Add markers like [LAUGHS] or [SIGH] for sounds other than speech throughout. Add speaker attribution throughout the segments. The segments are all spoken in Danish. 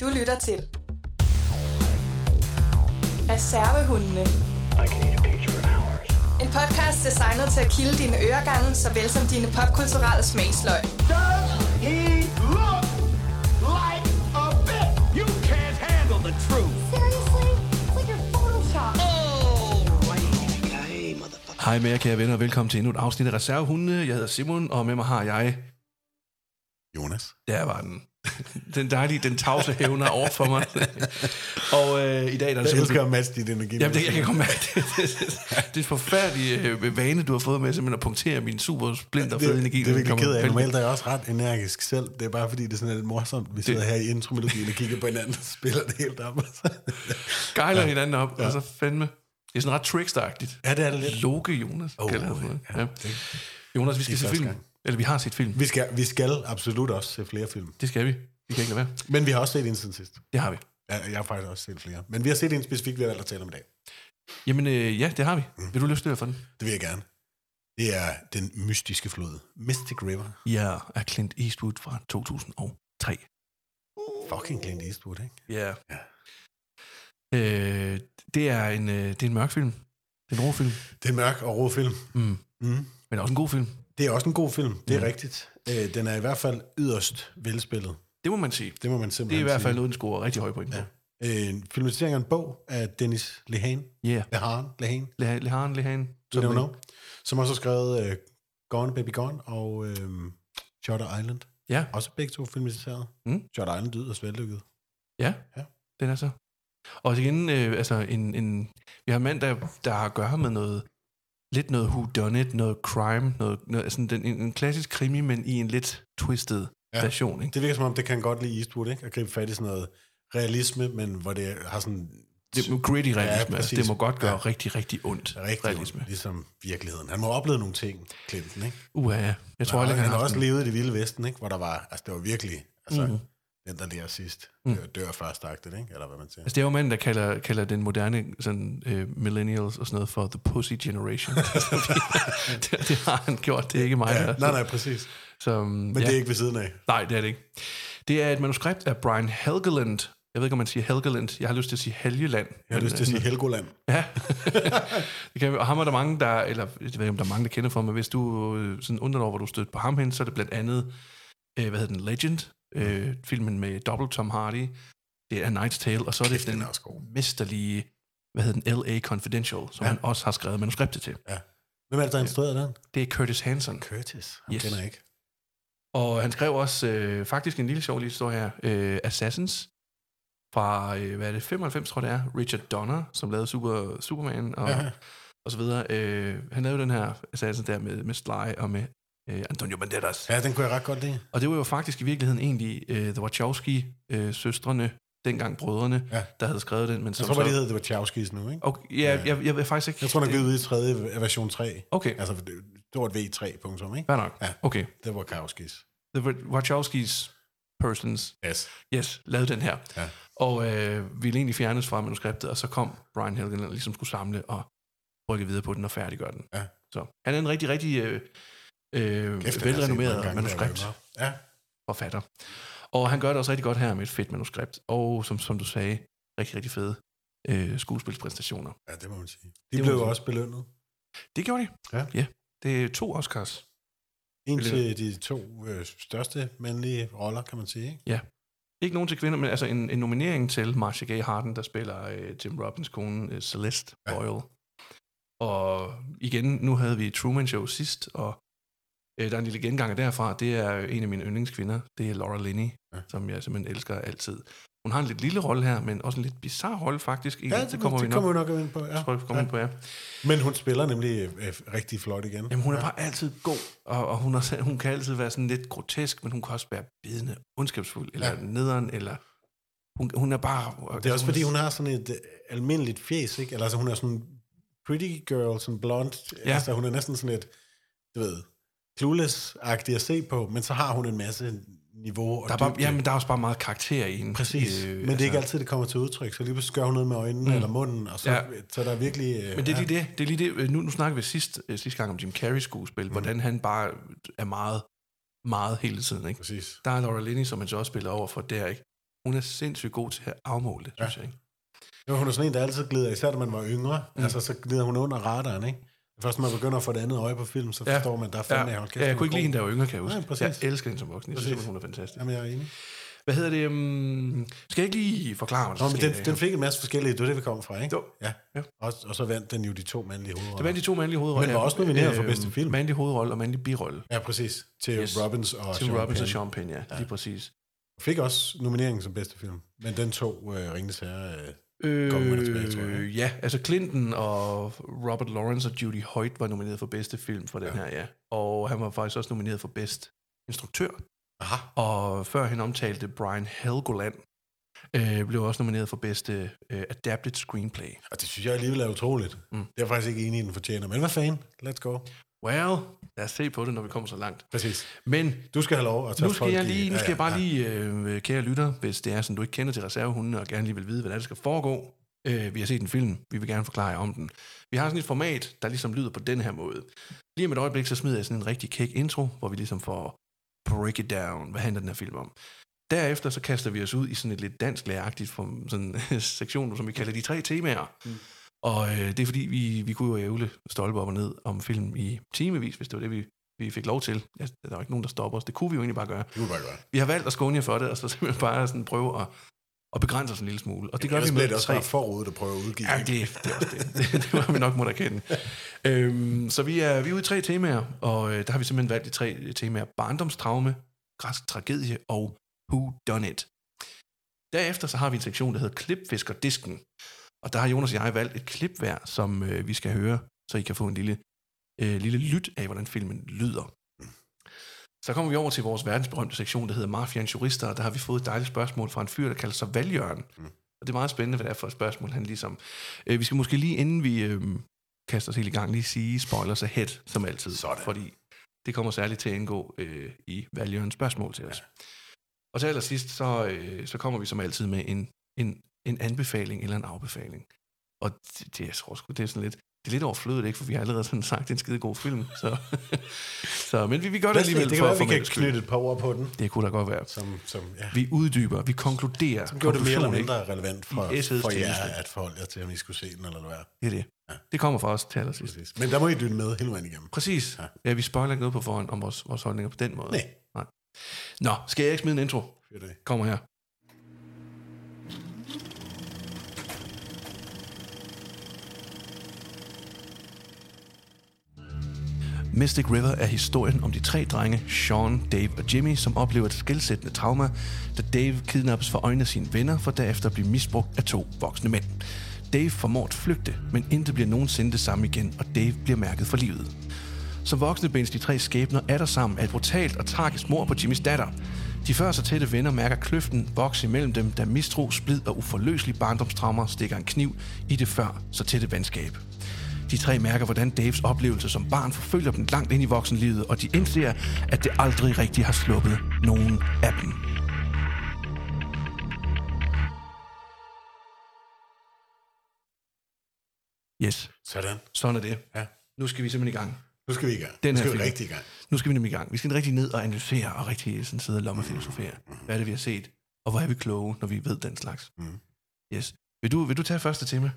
Speaker 1: Du lytter til Reservehundene. En podcast designet til at kilde dine øregange, såvel som dine popkulturelle smagsløg.
Speaker 2: Does he look like a bit? You can't handle the truth.
Speaker 3: Seriously? It's like you're Photoshop.
Speaker 4: Hej med jer, kære venner, og velkommen til endnu et afsnit af Reservehundene. Jeg hedder Simon, og med mig har jeg...
Speaker 5: Jonas.
Speaker 4: Der var den. [LAUGHS] Den dejlige, den tavse hævner over for
Speaker 5: [LAUGHS]
Speaker 4: mig. og øh, i dag der er
Speaker 5: Jeg elsker
Speaker 4: simpelthen...
Speaker 5: at matche dit energi.
Speaker 4: Jamen, det, jeg kan godt mærke det. [LAUGHS] Det er en forfærdelig øh, vane, du har fået med simpelthen at punktere min super splint og
Speaker 5: det,
Speaker 4: fede energi.
Speaker 5: det
Speaker 4: når
Speaker 5: er
Speaker 4: den
Speaker 5: virkelig
Speaker 4: kommer
Speaker 5: ked af.
Speaker 4: væltende.
Speaker 5: Normalt er jeg også ret energisk selv. Det er bare fordi, det er sådan lidt morsomt. Vi sidder her i intromelodien og kigger på hinanden og spiller det helt op.
Speaker 4: Gejler hinanden op, ja. og så fandme... Det er sådan ret trickster-agtigt.
Speaker 5: ja, det er det lidt.
Speaker 4: Loke, Jonas. Oh, kalder jeg det.
Speaker 5: ja,
Speaker 4: Ja. Jonas, vi skal se
Speaker 5: første
Speaker 4: film.
Speaker 5: gang.
Speaker 4: Eller vi har set film.
Speaker 5: Vi skal, vi skal absolut også se flere film.
Speaker 4: Det skal vi. Vi kan ikke lade være.
Speaker 5: Men vi har også set en siden sidst.
Speaker 4: Det har vi.
Speaker 5: Ja, jeg har faktisk også set flere. Men vi har set en specifik, vi har valgt at tale om i dag.
Speaker 4: Jamen, øh, ja, det har vi.
Speaker 5: Mm.
Speaker 4: Vil du løfte for den?
Speaker 5: Det vil jeg gerne. Det er den mystiske flod. Mystic River.
Speaker 4: Ja, af Clint Eastwood fra 2003.
Speaker 5: Fucking Clint Eastwood, ikke?
Speaker 4: Ja. Øh, det, er en, øh, det er en mørk film. Det er en rå film,
Speaker 5: Det er en mørk og rå film.
Speaker 4: Mm.
Speaker 5: Mm.
Speaker 4: men også en god film.
Speaker 5: Det er også en god film, det er
Speaker 4: Ja.
Speaker 5: ja. rigtigt. Øh, den er i hvert fald yderst velspillet.
Speaker 4: Det må man sige.
Speaker 5: Det må man
Speaker 4: Det
Speaker 5: simpelthen
Speaker 4: er i hvert fald
Speaker 5: sige.
Speaker 4: noget, den scorer rigtig høje point på.
Speaker 5: Ja. Øh, en filmatisering af en bog af Dennis Lehane.
Speaker 4: Ja.
Speaker 5: Lehane, Lehane,
Speaker 4: Yeah. Lehan, Lehan.
Speaker 5: we don't know. Som også har skrevet øh, Gone Baby Gone og øh, Shutter Island.
Speaker 4: Ja,
Speaker 5: Også begge to filmatiseret.
Speaker 4: Mm.
Speaker 5: Shutter Island er yderst vellykket.
Speaker 4: ja.
Speaker 5: Ja.
Speaker 4: Den er så. Og igen, øh, altså en, en, vi har en mand, der, der har at gøre med noget, lidt noget who done it, noget crime, noget, noget altså den, en, en klassisk krimi, men i en lidt twisted ja.
Speaker 5: Ja.
Speaker 4: version. Ikke?
Speaker 5: Det virker som om, det kan godt lide Eastwood, ikke? At gribe fat i sådan noget realisme, men hvor det har sådan
Speaker 4: Det, det er gritty realisme, ja, altså,
Speaker 5: præcis.
Speaker 4: det må godt gøre ja.
Speaker 5: Ja.
Speaker 4: rigtig, rigtig ondt.
Speaker 5: rigtig realisme. ligesom virkeligheden. Han må have oplevet nogle ting, Clinton, ikke?
Speaker 4: Uha, jeg tror
Speaker 5: Og
Speaker 4: aldrig,
Speaker 5: han,
Speaker 4: han
Speaker 5: har
Speaker 4: har haft
Speaker 5: også
Speaker 4: en-
Speaker 5: levet i det vilde vesten, ikke? Hvor der var, altså det var virkelig, altså
Speaker 4: Mhm.
Speaker 5: mm. den der lærer sidst, dør, dør først agtet, ikke? Eller hvad man
Speaker 4: Altså,
Speaker 5: siger.
Speaker 4: Mm. det er jo manden, der kalder, kalder den moderne sådan, øh, millennials og sådan noget for the pussy
Speaker 5: [LAUGHS]
Speaker 4: generation. Altså, vi- det, det har han gjort, det altså. er ikke mig.
Speaker 5: Ja,
Speaker 4: der-
Speaker 5: nej, nej, præcis.
Speaker 4: Så, mm,
Speaker 5: Men ja. det er ikke ved siden af.
Speaker 4: Nej, det er det ikke. Det er et manuskript af Brian Helgeland. Jeg ved ikke, om man siger Helgeland. Jeg har lyst til at sige Helgeland.
Speaker 5: Jeg har lyst til at sige Helgoland.
Speaker 4: Ja. det kan, og ham er der mange, der... Eller jeg ved ikke, om der er mange, der kender for, men hvis du øh, sådan undrer dig over, hvor du stødte på ham hen, så er det blandt andet, øh, hvad hedder den, Legend, øh, filmen med dobbelt Tom Hardy. Det er A Night's Tale, og så er det
Speaker 5: Kæft, den
Speaker 4: den
Speaker 5: er også god.
Speaker 4: mesterlige, hvad hedder den, L.A. Confidential, som ja. han også har skrevet manuskriptet til.
Speaker 5: Hvem er det, der har instrueret den?
Speaker 4: Det er Curtis Hanson.
Speaker 5: Curtis. Han
Speaker 4: Yes.
Speaker 5: yes. kender jeg ikke.
Speaker 4: Og han skrev også øh, faktisk en lille sjov lille historie her, øh, Assassins, fra, øh, hvad er det, 95 tror jeg det er, Richard Donner, som lavede Super, Superman og,
Speaker 5: Ja.
Speaker 4: og så videre. Øh, han lavede den her Assassins der med, med Sly og med øh, Antonio Banderas.
Speaker 5: Ja, den kunne jeg ret godt lide.
Speaker 4: Og det var jo faktisk i virkeligheden egentlig øh, The Wachowski-søstrene, øh, dengang brødrene,
Speaker 5: Ja.
Speaker 4: der havde skrevet den. Men
Speaker 5: Jeg
Speaker 4: som
Speaker 5: tror bare,
Speaker 4: så-
Speaker 5: de hedder det var Tjavskis nu, ikke?
Speaker 4: Okay, ja, jeg, jeg, jeg ved faktisk ikke...
Speaker 5: Jeg tror, den er givet ud i tredje version 3.
Speaker 4: Okay,
Speaker 5: Altså, det det var et V3, punktum, ikke?
Speaker 4: fair nok.
Speaker 5: Ja.
Speaker 4: Okay,
Speaker 5: Det var Kavskis.
Speaker 4: The Wachowskis persons
Speaker 5: Yes.
Speaker 4: yes, lavede den her.
Speaker 5: Ja.
Speaker 4: Og øh, ville egentlig fjernes fra manuskriptet, og så kom Brian Helgeland og ligesom skulle samle og rykke videre på den og færdiggøre den.
Speaker 5: Ja.
Speaker 4: Så han er en rigtig, rigtig øh, øh,
Speaker 5: Kæft, den har jeg set mange
Speaker 4: velrenommeret
Speaker 5: gange, da jeg var yngre. Ja.
Speaker 4: manuskriptforfatter. Og han gør det også rigtig godt her med et fedt manuskript, og som, som du sagde, rigtig, rigtig fede øh, skuespilspræstationer.
Speaker 5: ja, det må man sige. De
Speaker 4: Det må
Speaker 5: blev
Speaker 4: man
Speaker 5: jo
Speaker 4: sige.
Speaker 5: også belønnet.
Speaker 4: Det gjorde de.
Speaker 5: Ja.
Speaker 4: ja. Det er to Oscars.
Speaker 5: En
Speaker 4: Belønnet.
Speaker 5: til de to øh, største mandlige roller, kan man sige, ikke?
Speaker 4: Ikke nogen til kvinder, men altså en, en nominering til Marcia Gay Harden, der spiller øh, Tim Robbins kone øh, Celeste
Speaker 5: Ja.
Speaker 4: Boyle. Og igen, nu havde vi Truman Show sidst, og øh, der er en lille genganger derfra. Det er øh, en af mine yndlingskvinder, det er Laura Linney, ja.
Speaker 5: Ja.
Speaker 4: som jeg simpelthen elsker altid. Hun har en lidt lille rolle her, men også en lidt bizarre rolle faktisk. En,
Speaker 5: Ja, det, det kommer, det
Speaker 4: Mm, vi
Speaker 5: kommer
Speaker 4: nok,
Speaker 5: vi nok ind på. Ja.
Speaker 4: tror, jeg, vi kommer
Speaker 5: ja.
Speaker 4: ind på, ja.
Speaker 5: Men hun spiller nemlig øh, øh, rigtig flot igen.
Speaker 4: Jamen, hun er
Speaker 5: ja.
Speaker 4: bare altid god, og, og hun, er, [LAUGHS] hun kan altid være sådan lidt grotesk, men hun kan også være bidende, ondskabsfuld, eller ja.
Speaker 5: Ja.
Speaker 4: nederen, eller... Hun, hun er bare...
Speaker 5: Det er også fordi, hun har sådan et øh, almindeligt fjes, ikke? Eller altså, hun er sådan pretty girl, sådan blond.
Speaker 4: Ja.
Speaker 5: Ja. Altså, hun er næsten sådan et, du ved, clueless-agtig at se på, men så har hun en masse niveau og
Speaker 4: Der er bare,
Speaker 5: dybde.
Speaker 4: jamen, der er også bare meget karakter i hende. altså.
Speaker 5: Præcis, øh, men det er ikke altid, det kommer til udtryk, så lige pludselig gør hun noget med øjnene
Speaker 4: Mm.
Speaker 5: mm. eller munden, og så,
Speaker 4: Ja.
Speaker 5: ja. så der er virkelig... Øh,
Speaker 4: Men det er lige det. det, er lige det. Nu, nu snakker vi sidst, øh, sidste gang om Jim Carrey skuespil, mm. hvordan han bare er meget, meget hele tiden. Ikke?
Speaker 5: Præcis.
Speaker 4: Der er Laura Linney, som han så også spiller over for der, ikke? Hun er sindssygt god til at afmåle det, synes ja. jeg. Ikke?
Speaker 5: Jo, hun er sådan en, der altid glider, især da man var yngre. Mm. Altså, så glider hun under radaren, ikke? Først når man begynder at få det andet øje på film, så forstår man, der er fandme,
Speaker 4: ja.
Speaker 5: hold kæft.
Speaker 4: ja, jeg
Speaker 5: hun
Speaker 4: kunne ikke
Speaker 5: er
Speaker 4: lide hende, der
Speaker 5: god.
Speaker 4: var yngre, kan jeg huske.
Speaker 5: Nej, præcis.
Speaker 4: jeg elsker hende som voksen. Jeg synes,
Speaker 5: Præcis.
Speaker 4: hun er fantastisk.
Speaker 5: Jamen, jeg er enig.
Speaker 4: Hvad hedder det? Um, skal jeg ikke lige forklare mig?
Speaker 5: Nå, men den, den fik en masse forskellige, det var det, vi kom fra, ikke?
Speaker 4: Jo.
Speaker 5: Ja.
Speaker 4: Ja.
Speaker 5: Og, og så vandt den jo de to mandlige hovedroller.
Speaker 4: Det vandt de to mandlige hovedroller.
Speaker 5: Men var
Speaker 4: ja.
Speaker 5: også nomineret for
Speaker 4: Øhm,
Speaker 5: bedste film.
Speaker 4: Mandlig hovedrolle og mandlig birolle.
Speaker 5: Ja, præcis. Til
Speaker 4: Yes.
Speaker 5: yes. Robbins og
Speaker 4: Tim
Speaker 5: Sean
Speaker 4: Robbins og
Speaker 5: Penn.
Speaker 4: Sean Penn, ja. Lige præcis.
Speaker 5: Fik også nomineringen som bedste film. Men den tog øh, Ringens Herre. Øh, Kongen vender tilbage, tror jeg.
Speaker 4: Øh, ja, altså Clinton og Robert Lawrence og Judy Hoyt var nomineret for bedste film for den ja. her, ja. Og han var faktisk også nomineret for bedst instruktør.
Speaker 5: aha.
Speaker 4: Og før han omtalte Brian Helgoland, øh, blev også nomineret for bedste øh, adapted screenplay.
Speaker 5: Og det synes jeg alligevel er utroligt. Mm. Det er jeg faktisk ikke enig i, den fortjener. Men hvad fanden? Let's go.
Speaker 4: Well, lad os se på det, når vi kommer så langt.
Speaker 5: Præcis.
Speaker 4: Men
Speaker 5: Du skal have lov at tage
Speaker 4: nu skal
Speaker 5: folk
Speaker 4: jeg
Speaker 5: i-
Speaker 4: lige, nu
Speaker 5: Ja,
Speaker 4: skal jeg
Speaker 5: ja,
Speaker 4: bare
Speaker 5: ja.
Speaker 4: lige, øh, kære lytter, hvis det er sådan, du ikke kender til reservehundene, og gerne lige vil vide, hvad der, er, der skal foregå. Øh, vi har set en film, vi vil gerne forklare jer om den. Vi har sådan et format, der ligesom lyder på den her måde. Lige om et øjeblik, så smider jeg sådan en rigtig kæk intro, hvor vi ligesom får break it down, hvad handler den her film om. Derefter så kaster vi os ud i sådan et lidt dansk læragtigt form- sådan [LAUGHS] sektion, som vi kalder de tre temaer. Mm. Og øh, det er fordi, vi, vi kunne jo ævle stolpe op og ned om film i timevis, hvis det var det, vi, vi fik lov til. Ja, der var ikke nogen, der stopper os. Det kunne vi jo egentlig bare gøre
Speaker 5: Det kunne bare godt.
Speaker 4: vi har valgt at skåne jer for det, og så simpelthen bare sådan prøve at, at begrænse os en lille smule. Og det gør vi
Speaker 5: Ellers
Speaker 4: med
Speaker 5: bliver det også
Speaker 4: tre.
Speaker 5: bare forud, der prøver at udgive.
Speaker 4: Ja, det, det er også det. [LAUGHS] det. Det var vi nok måtte erkende. øhm, så vi er, vi er ude i tre temaer, og øh, der har vi simpelthen valgt de tre temaer. Barndomstraume, græsk tragedie og Who Done It. Derefter så har vi en sektion, der hedder Klipfiskerdisken. Og der har Jonas og jeg valgt et klip hver, som øh, vi skal høre, så I kan få en lille, øh, lille lyt af, hvordan filmen lyder. Så kommer vi over til vores verdensberømte sektion, der hedder Mafians Jurister, og der har vi fået et dejligt spørgsmål fra en fyr, der kalder sig Valjørn. Og det er meget spændende, hvad det er for et spørgsmål, han ligesom... Øh, vi skal måske lige, inden vi øh, kaster os helt i gang, lige sige spoilers ahead, som altid.
Speaker 5: Sådan.
Speaker 4: Fordi det kommer særligt til at indgå øh, i Valjørns spørgsmål til os. Og til allersidst, så, øh, så kommer vi som altid med en, en, en anbefaling eller en afbefaling. Og det, det, jeg tror sgu, det er sådan lidt... Det er lidt overflødigt, ikke? For vi har allerede sådan sagt, en skide god film. Så, [LAUGHS] så, men vi, vi gør det
Speaker 5: Lad os se,
Speaker 4: alligevel
Speaker 5: det kan
Speaker 4: for
Speaker 5: være, vi kan
Speaker 4: formelt skyld.
Speaker 5: knytte et par ord på den.
Speaker 4: Det kunne da godt være.
Speaker 5: Som, som, ja.
Speaker 4: Vi uddyber, vi konkluderer. Som
Speaker 5: Gjorde det mere eller mindre relevant for,
Speaker 4: I S'ets
Speaker 5: for jer,
Speaker 4: tjeneste.
Speaker 5: at forholde jer til, om I skulle se den eller hvad.
Speaker 4: Det er det. Det kommer fra os til allersidst.
Speaker 5: Præcis. Men der må I lytte med hele vejen igennem.
Speaker 4: Præcis.
Speaker 5: Ja.
Speaker 4: Ja, vi spoiler ikke noget på forhånd om vores, vores holdninger på den måde.
Speaker 5: Nej.
Speaker 4: Nej. Nå, skal jeg ikke smide en intro?
Speaker 5: Fyr det af.
Speaker 4: Kommer her. Mystic River er historien om de tre drenge, Sean, Dave og Jimmy, som oplever et skældsættende trauma, da Dave kidnappes for øjnene af sine venner, for derefter at blive misbrugt af to voksne mænd. Dave formår at flygte, men intet bliver nogensinde det samme igen, og Dave bliver mærket for livet. Som voksne bindes de tre skæbner atter sammen af et brutalt og tragisk mor på Jimmys datter. De før så tætte venner mærker kløften vokse imellem dem, da mistro, splid og uforløselige barndomstraumer stikker en kniv i det før så tætte venskab. De tre mærker, hvordan Daves oplevelse som barn forfølger dem langt ind i voksenlivet, og de indser, at det aldrig rigtig har sluppet nogen af dem. Yes,
Speaker 5: Sådan.
Speaker 4: sådan er det.
Speaker 5: Ja.
Speaker 4: Nu skal vi simpelthen i gang.
Speaker 5: Nu skal vi i gang.
Speaker 4: Den
Speaker 5: nu
Speaker 4: her
Speaker 5: skal vi
Speaker 4: film.
Speaker 5: rigtig i gang.
Speaker 4: Nu skal vi nemlig i gang. Vi skal rigtig ned og analysere og rigtig sådan sidde og lomme og filosofere. Hvad er det, vi har set? Og hvor er vi kloge, når vi ved den slags?
Speaker 5: Mhm.
Speaker 4: Yes. Vil du, vil du tage første tema?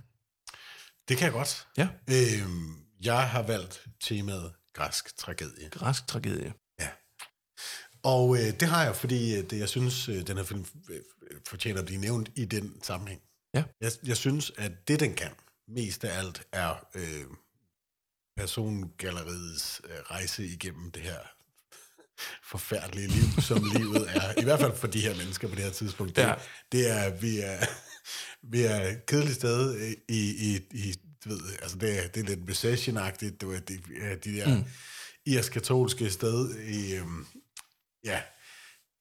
Speaker 5: Det kan jeg godt.
Speaker 4: Ja.
Speaker 5: Øhm, jeg har valgt temaet græsk tragedie.
Speaker 4: Græsk tragedie.
Speaker 5: Og øh, det har jeg, fordi øh, det, jeg synes, øh, den her film øh, fortjener at blive nævnt i den sammenhæng.
Speaker 4: Ja.
Speaker 5: Jeg, jeg synes, at det, den kan mest af alt, er øh, persongalleriets øh, rejse igennem det her forfærdelige liv,
Speaker 4: [LAUGHS]
Speaker 5: som livet er. I hvert fald for de her mennesker på det her tidspunkt. Det,
Speaker 4: Ja.
Speaker 5: det er, vi er, vi er et kedeligt sted øh, i, i, i du ved, altså det, er- det er lidt recession-agtigt, du ved, de, de der mm. irsk-katolske sted i, øhm, ja,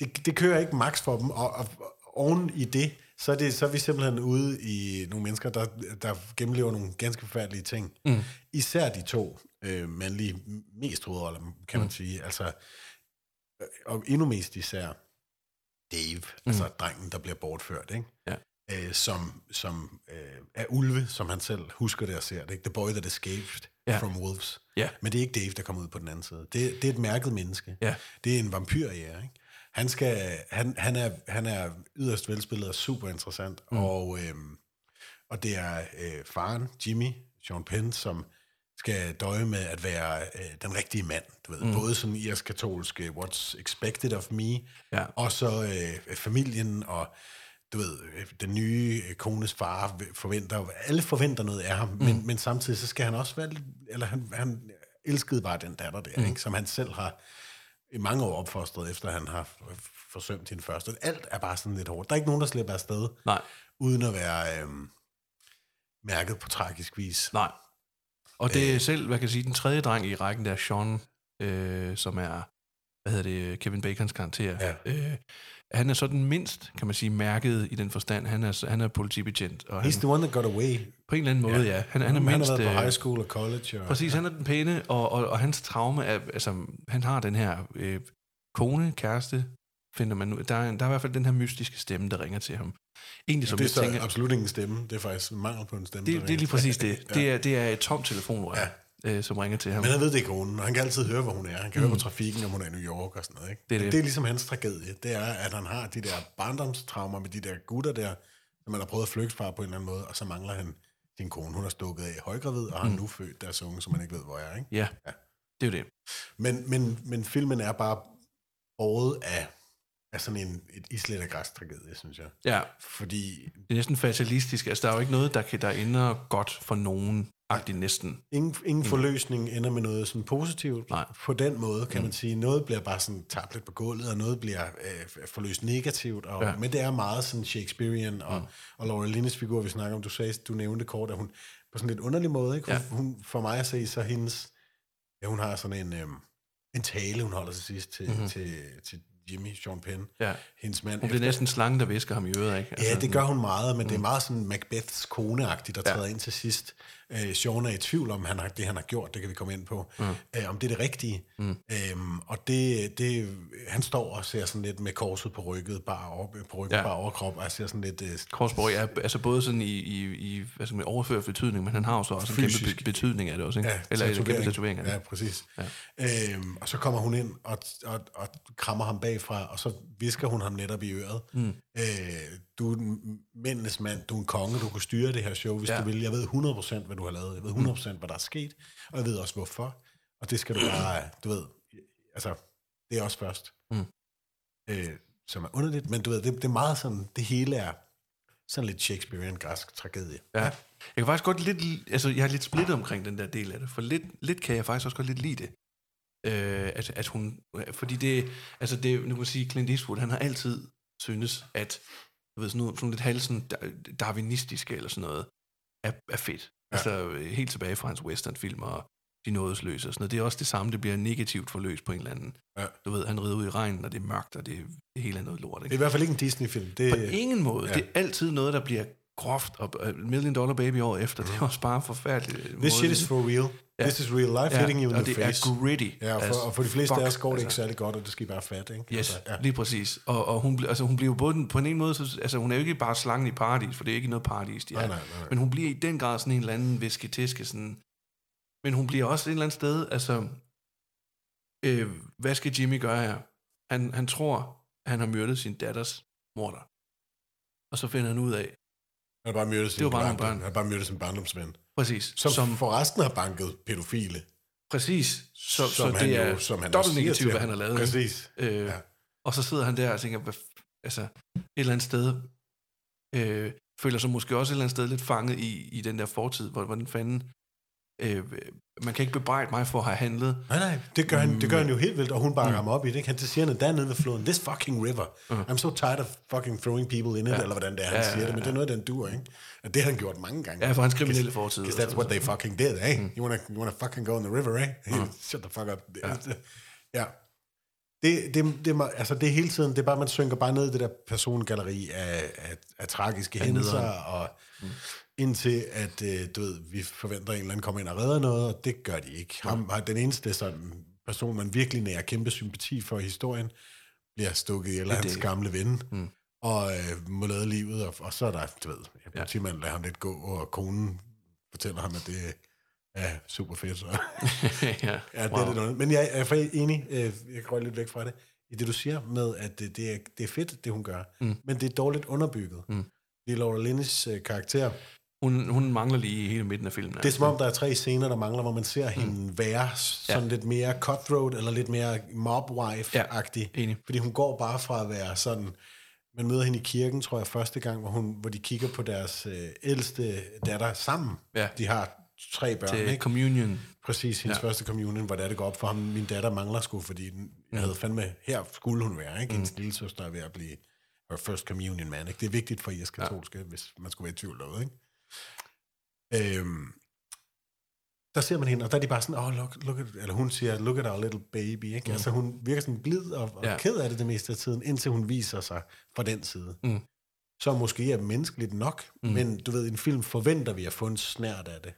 Speaker 5: det, det kører ikke max for dem, og, og, og oven i det, så er, det, så er vi simpelthen ude i nogle mennesker, der, der gennemlever nogle ganske forfærdelige ting. Mm. Især de to øh, mandlige mest hovedroller, kan man mm. sige. Altså, øh, og endnu mest især Dave, mm. altså drengen, der bliver bortført, ikke?
Speaker 4: Ja.
Speaker 5: Øh, som, som øh, er ulve, som han selv husker det og ser det. Ikke? The boy that escaped
Speaker 4: Ja.
Speaker 5: ja. from wolves.
Speaker 4: Ja.
Speaker 5: Men det er ikke Dave, der kommer ud på den anden side. Det, det er et mærket menneske.
Speaker 4: Ja.
Speaker 5: Det er en vampyr, ja. Ikke? Han, skal, han, han, er, han er yderst velspillet og super interessant, mm. og, øhm, og det er øh, faren, Jimmy, Sean Penn, som skal døje med at være øh, den rigtige mand. Du ved, mm. Både sådan irsk-katolske What's Expected of Me,
Speaker 4: Ja.
Speaker 5: og så øh, familien, og du ved, øh, den nye øh, kones far forventer, alle forventer noget af ham, mm. men, men samtidig så skal han også være, lidt- eller han, han elskede bare den datter der, mm. ikke, som han selv har i mange år opfostret, efter han har f- forsømt sin første. Alt er bare sådan lidt hårdt. Der er ikke nogen, der slipper afsted,
Speaker 4: Nej.
Speaker 5: uden at være øh, mærket på tragisk vis.
Speaker 4: Nej. Og det
Speaker 5: Øh.
Speaker 4: er selv, hvad kan jeg sige, den tredje dreng i rækken, der er Sean, øh, som er, hvad hedder det, Kevin Bacons karakter.
Speaker 5: Ja.
Speaker 4: Øh, han er så den mindst, kan man sige, mærket i den forstand. Han er, han er politibetjent, og han,
Speaker 5: He's the one that got away.
Speaker 4: på en eller anden måde, ja. ja. Han, han er
Speaker 5: han
Speaker 4: mindst...
Speaker 5: har været
Speaker 4: øh,
Speaker 5: på high school og college. Og,
Speaker 4: Præcis, han er den pæne, og, og, og hans traume er, altså, han har den her øh, kone, kæreste, finder man ud. Der er, en- der er i hvert fald den her mystiske stemme, der ringer til ham. Egentlig som
Speaker 5: det er
Speaker 4: jeg
Speaker 5: så
Speaker 4: tænker,
Speaker 5: absolut ingen stemme. Det er faktisk en mangel på en stemme. der
Speaker 4: det, det er
Speaker 5: ringer.
Speaker 4: lige præcis det.
Speaker 5: Ja.
Speaker 4: Det er, det er et tomt telefonrør, ja. øh, som ringer til ham.
Speaker 5: Men han ved det ikke konen, og han kan altid høre, hvor hun er. Han kan mm. høre på trafikken, om hun er i New York og sådan noget. Ikke?
Speaker 4: Det er
Speaker 5: Men
Speaker 4: det.
Speaker 5: det er ligesom hans tragedie. Det er, at han har de der barndomstraumer med de der gutter der, som man har prøvet at flygte fra på en eller anden måde, og så mangler han sin kone. Hun er stukket af højgravid, og har
Speaker 4: Mm.
Speaker 5: nu født deres unge, som man ikke ved, hvor er. Ikke?
Speaker 4: Ja, det er jo det.
Speaker 5: Men, men, men filmen er bare båret af, af sådan en, et islet af græs-tragedie, synes jeg.
Speaker 4: Ja,
Speaker 5: Fordi
Speaker 4: det er næsten fatalistisk. Altså, der er jo ikke noget, der, kan, der ender godt for nogen, agtigt næsten.
Speaker 5: Ingen,
Speaker 4: Mm.
Speaker 5: ingen forløsning ender med noget sådan positivt.
Speaker 4: Nej.
Speaker 5: På den måde kan mm. man sige, noget bliver bare sådan tabt lidt på gulvet, og noget bliver øh, forløst negativt. Og,
Speaker 4: Ja.
Speaker 5: ja. Men det er meget sådan Shakespearean, og, mm. og Laura Linnes figur, vi snakker om, du sagde, du nævnte kort, at hun på sådan lidt underlig måde, ikke? Hun,
Speaker 4: Ja.
Speaker 5: ja. hun, for mig at se, så hendes, ja, hun har sådan en, øh, en tale, hun holder til sidst til, mm-hmm. til, til Jimmy, Sean Penn,
Speaker 4: Mhm. Ja.
Speaker 5: hendes mand.
Speaker 4: Hun bliver næsten slangen, der visker ham i øret, ikke? Altså.
Speaker 5: Ja, det gør hun meget, men Altså, mm. det er meget sådan Macbeths koneagtigt, der ja. træder ind til sidst. Øh, Sean er i tvivl om, han har, det han har gjort, det kan vi komme ind på, mm. øh, om det er det rigtige. Mm. Øhm, og det, det, han står og ser sådan lidt med korset på rygget, bare op, på ryggen,
Speaker 4: Ja.
Speaker 5: ja. bare overkrop, og ser sådan lidt... Øh,
Speaker 4: Korsborg er altså både sådan i, i, i hvad skal man, overført betydning, men han har jo så også en kæmpe
Speaker 5: Fysisk.
Speaker 4: be- betydning af det også, ikke?
Speaker 5: ja,
Speaker 4: Eller en kæmpe tatovering af det.
Speaker 5: Ja, præcis. Ja. Øhm, og så kommer hun ind og, og, og krammer ham bagfra, og så visker hun ham netop i øret. Mm. Øh, du er en mændenes mand, du er en konge, du kan styre det her show, hvis
Speaker 4: Ja.
Speaker 5: ja. du vil. Jeg ved 100% hvad du har lavet, jeg ved 100% hvad der er sket, og jeg ved også hvorfor. Og det skal du bare, du ved, altså, det er også først.
Speaker 4: Mm.
Speaker 5: Øh, som er underligt, men du ved, det, det er meget sådan, det hele er sådan lidt Shakespearean græsk tragedie.
Speaker 4: Ja. Jeg kan faktisk godt lidt, altså jeg er lidt splittet omkring den der del af det, for lidt, lidt kan jeg faktisk også godt lidt lide det. Øh, at, at hun, fordi det, altså det, nu kan man sige, Clint Eastwood, han har altid synes, at, du ved, sådan, noget, sådan lidt halsen darwinistiske eller sådan noget, er, er fedt. Ja. Altså øh, helt tilbage fra hans westernfilm og de nådesløse og sådan noget. Det er også det samme, det bliver negativt forløst på en eller anden.
Speaker 5: Ja.
Speaker 4: Du ved, han rider ud i regnen, og det er mørkt, og det, det hele er noget lort.
Speaker 5: Det er i hvert fald ikke en Disney-film. Det,
Speaker 4: På ingen måde. Ja.
Speaker 5: ja.
Speaker 4: Det er altid noget, der bliver groft, og øh, Million Dollar Baby år efter,
Speaker 5: Mhm.
Speaker 4: det er også bare forfærdeligt.
Speaker 5: This shit is for real.
Speaker 4: Ja.
Speaker 5: Yeah. This is real life yeah. hitting you in
Speaker 4: og
Speaker 5: the
Speaker 4: det
Speaker 5: face.
Speaker 4: er gritty.
Speaker 5: ja, og for, og for de fleste
Speaker 4: fuck, altså.
Speaker 5: af os går det ikke særlig godt, og det skal I bare fatte, ikke?
Speaker 4: Yes,
Speaker 5: Altså, ja.
Speaker 4: lige præcis. Og, og hun, bl- altså, hun bliver jo både den, på en ene måde, så, altså hun er jo ikke bare slangen i paradis, for det er ikke noget paradis, de er.
Speaker 5: Nej, nej, nej, nej.
Speaker 4: Men hun bliver i den grad sådan en eller anden visketiske, sådan. Men hun bliver også et eller andet sted, altså, øh, hvad skal Jimmy gøre her? Han, han tror, han har myrdet sin datters morder. Og så finder han ud af,
Speaker 5: Han har bare myrdet
Speaker 4: Det
Speaker 5: sin,
Speaker 4: var bare nogle
Speaker 5: barndom-
Speaker 4: børn.
Speaker 5: han har bare myrdet sin barndomsven.
Speaker 4: præcis,
Speaker 5: Som, som forresten har banket pædofile.
Speaker 4: Præcis. Så, så
Speaker 5: han
Speaker 4: det er jo,
Speaker 5: som han også
Speaker 4: dobbelt
Speaker 5: siger til
Speaker 4: negativt, hvad
Speaker 5: ham.
Speaker 4: han har lavet.
Speaker 5: Præcis.
Speaker 4: Øh, ja.
Speaker 5: Ja.
Speaker 4: Og så sidder han der og tænker, hvad, f- altså, et eller andet sted, øh, føler sig måske også et eller andet sted lidt fanget i, i den der fortid, hvor, hvordan fanden, øh, man kan ikke bebrejde mig for at have handlet.
Speaker 5: Nej, nej, det gør, han, det gør han
Speaker 4: Mm.
Speaker 5: jo helt vildt, og hun bakker ham op i det. Ikke? Han siger noget dernede ved floden, this fucking river. I'm so tired of fucking throwing people in it, eller hvordan det er, han
Speaker 4: Mm. Ja, ja,
Speaker 5: siger det, men
Speaker 4: ja,
Speaker 5: det er noget, den dur, ikke? Og det har han gjort mange gange.
Speaker 4: Ja, for hans kriminelle fortid.
Speaker 5: Because that's what they fucking did, eh? You, wanna, you wanna fucking go in the river, eh? [LAUGHS]
Speaker 4: Mm.
Speaker 5: Shut the fuck up. Ja. [LAUGHS] ja. Det, det, det, er meget- altså det er hele tiden, det er bare, man synker bare ned i det der persongalleri af, af, af tragiske hændelser, og
Speaker 4: Mm.
Speaker 5: indtil at, øh, du ved, vi forventer, at en eller anden kommer ind og redder noget, og det gør de ikke. Ham har den eneste sådan, person, man virkelig nærer kæmpe sympati for i historien, bliver stukket ihjel af hans
Speaker 4: det.
Speaker 5: gamle ven, mm. og øh, må lade livet, og, og så er der, du ved, ja, politimanden lader ham lidt gå, og konen fortæller ham, at det er [LAUGHS] super fedt. Og,
Speaker 4: [LAUGHS] ja,
Speaker 5: ja, det er det noget. Men jeg er for enig, øh, jeg går lidt væk fra det. i det, du siger med, at det, det, er, det er fedt, det hun gør, mm. men det er dårligt underbygget. Mm. Det er Laura Linnes øh, karakter.
Speaker 4: Hun, hun mangler lige i hele midten af filmen. altså.
Speaker 5: Det er som om, der er tre scener, der mangler, hvor man ser hende være sådan
Speaker 4: Mm. Ja.
Speaker 5: lidt mere cutthroat, eller lidt mere mobwife-agtig.
Speaker 4: Ja, enig.
Speaker 5: Fordi hun går bare fra at være sådan... Man møder hende i kirken, tror jeg, første gang, hvor, hun, hvor de kigger på deres øh, ældste datter sammen.
Speaker 4: Ja.
Speaker 5: De har tre børn,
Speaker 4: til
Speaker 5: ikke?
Speaker 4: Communion.
Speaker 5: Præcis, hendes ja. første communion, hvor det er, det går op for ham. Min datter mangler sgu, fordi den- jeg havde fandme, her skulle hun være, ikke? Hendes mm. lille søster er ved at blive her first communion man, ikke? Det er vigtigt for jeres katolske, ja. hvis man skulle være i tvivl derude, ikke? Øhm, der ser man hende, og der er de bare sådan, oh, look, look at, eller hun siger, look at our little baby, ikke? Mm. Altså hun virker sådan blid og, og ja.
Speaker 4: Ja.
Speaker 5: ked af det det meste af tiden, indtil hun viser sig fra den side.
Speaker 4: Mm.
Speaker 5: Så måske er menneskeligt nok, mm. men du ved, i en film forventer vi at få en snært af det.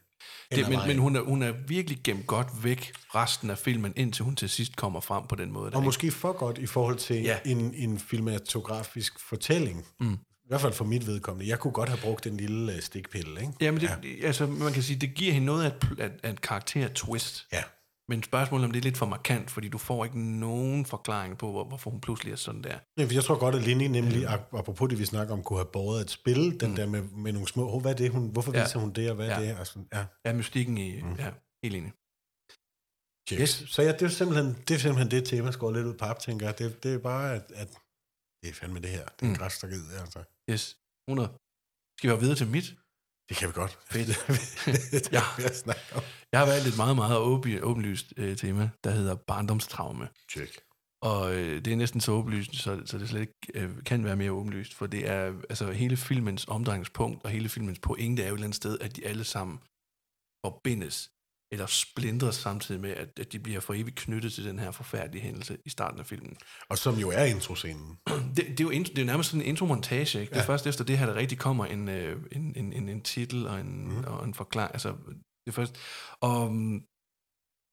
Speaker 5: Hen
Speaker 4: Det,
Speaker 5: ad
Speaker 4: men
Speaker 5: vejen.
Speaker 4: men hun, er, hun er virkelig gemt godt væk resten af filmen, indtil hun til sidst kommer frem på den måde. Der,
Speaker 5: Og
Speaker 4: ikke?
Speaker 5: måske for godt i forhold til ja.
Speaker 4: Ja.
Speaker 5: en, en filmatografisk fortælling. Mm. I hvert fald for mit vedkommende. Jeg kunne godt have brugt den lille øh, stikpille, ikke?
Speaker 4: Jamen, det, ja. altså, man kan sige, det giver hende noget af et, pl- af, af et karakter-twist.
Speaker 5: Ja.
Speaker 4: Men spørgsmålet er, om det er lidt for markant, fordi du får ikke nogen forklaring på, hvor, hvorfor hun pludselig er sådan der.
Speaker 5: ja. for Jeg tror godt, at Lindy nemlig, ap- apropos det, vi snakker om, kunne have båret et spil, den der med, med nogle små, oh, hvad er det, hun, hvorfor ja.
Speaker 4: Ja.
Speaker 5: viser hun det, og hvad ja.
Speaker 4: Ja.
Speaker 5: det er? Og sådan, ja.
Speaker 4: Ja, mystikken i... Mm. Ja, helt enig.
Speaker 5: Check. Yes. Så ja, det er simpelthen det, er simpelthen det tema, skår lidt ud på pap, tænker jeg. Det, det er bare, at, at det er fandme det her. Det er en mm.
Speaker 4: Mm.
Speaker 5: altså.
Speaker 4: Yes, 100. Skal vi have videre til mit?
Speaker 5: [LAUGHS] Det kan vi godt.
Speaker 4: Fedt.
Speaker 5: det
Speaker 4: Ja.
Speaker 5: er jeg snakker om.
Speaker 4: Jeg har valgt et meget, meget åben, åbenlyst øh, tema, der hedder barndomstraume.
Speaker 5: Check.
Speaker 4: Og øh, det er næsten så åbenlyst, så, så det slet ikke øh, kan være mere åbenlyst, for det er altså hele filmens omdrejningspunkt og hele filmens pointe er jo et eller andet sted, at de alle sammen forbindes eller splindres samtidig med, at, at de bliver for evigt knyttet til den her forfærdelige hændelse i starten af filmen.
Speaker 5: Og som jo er introscenen.
Speaker 4: Det, det, er jo int- det er jo nærmest sådan en intromontage, ikke? Det er
Speaker 5: Ja.
Speaker 4: ja. først efter det her, der rigtig kommer en, øh, en, en, en, en titel og en,
Speaker 5: Mhm.
Speaker 4: mm. og en forklaring. Altså, det er først... Og, mm,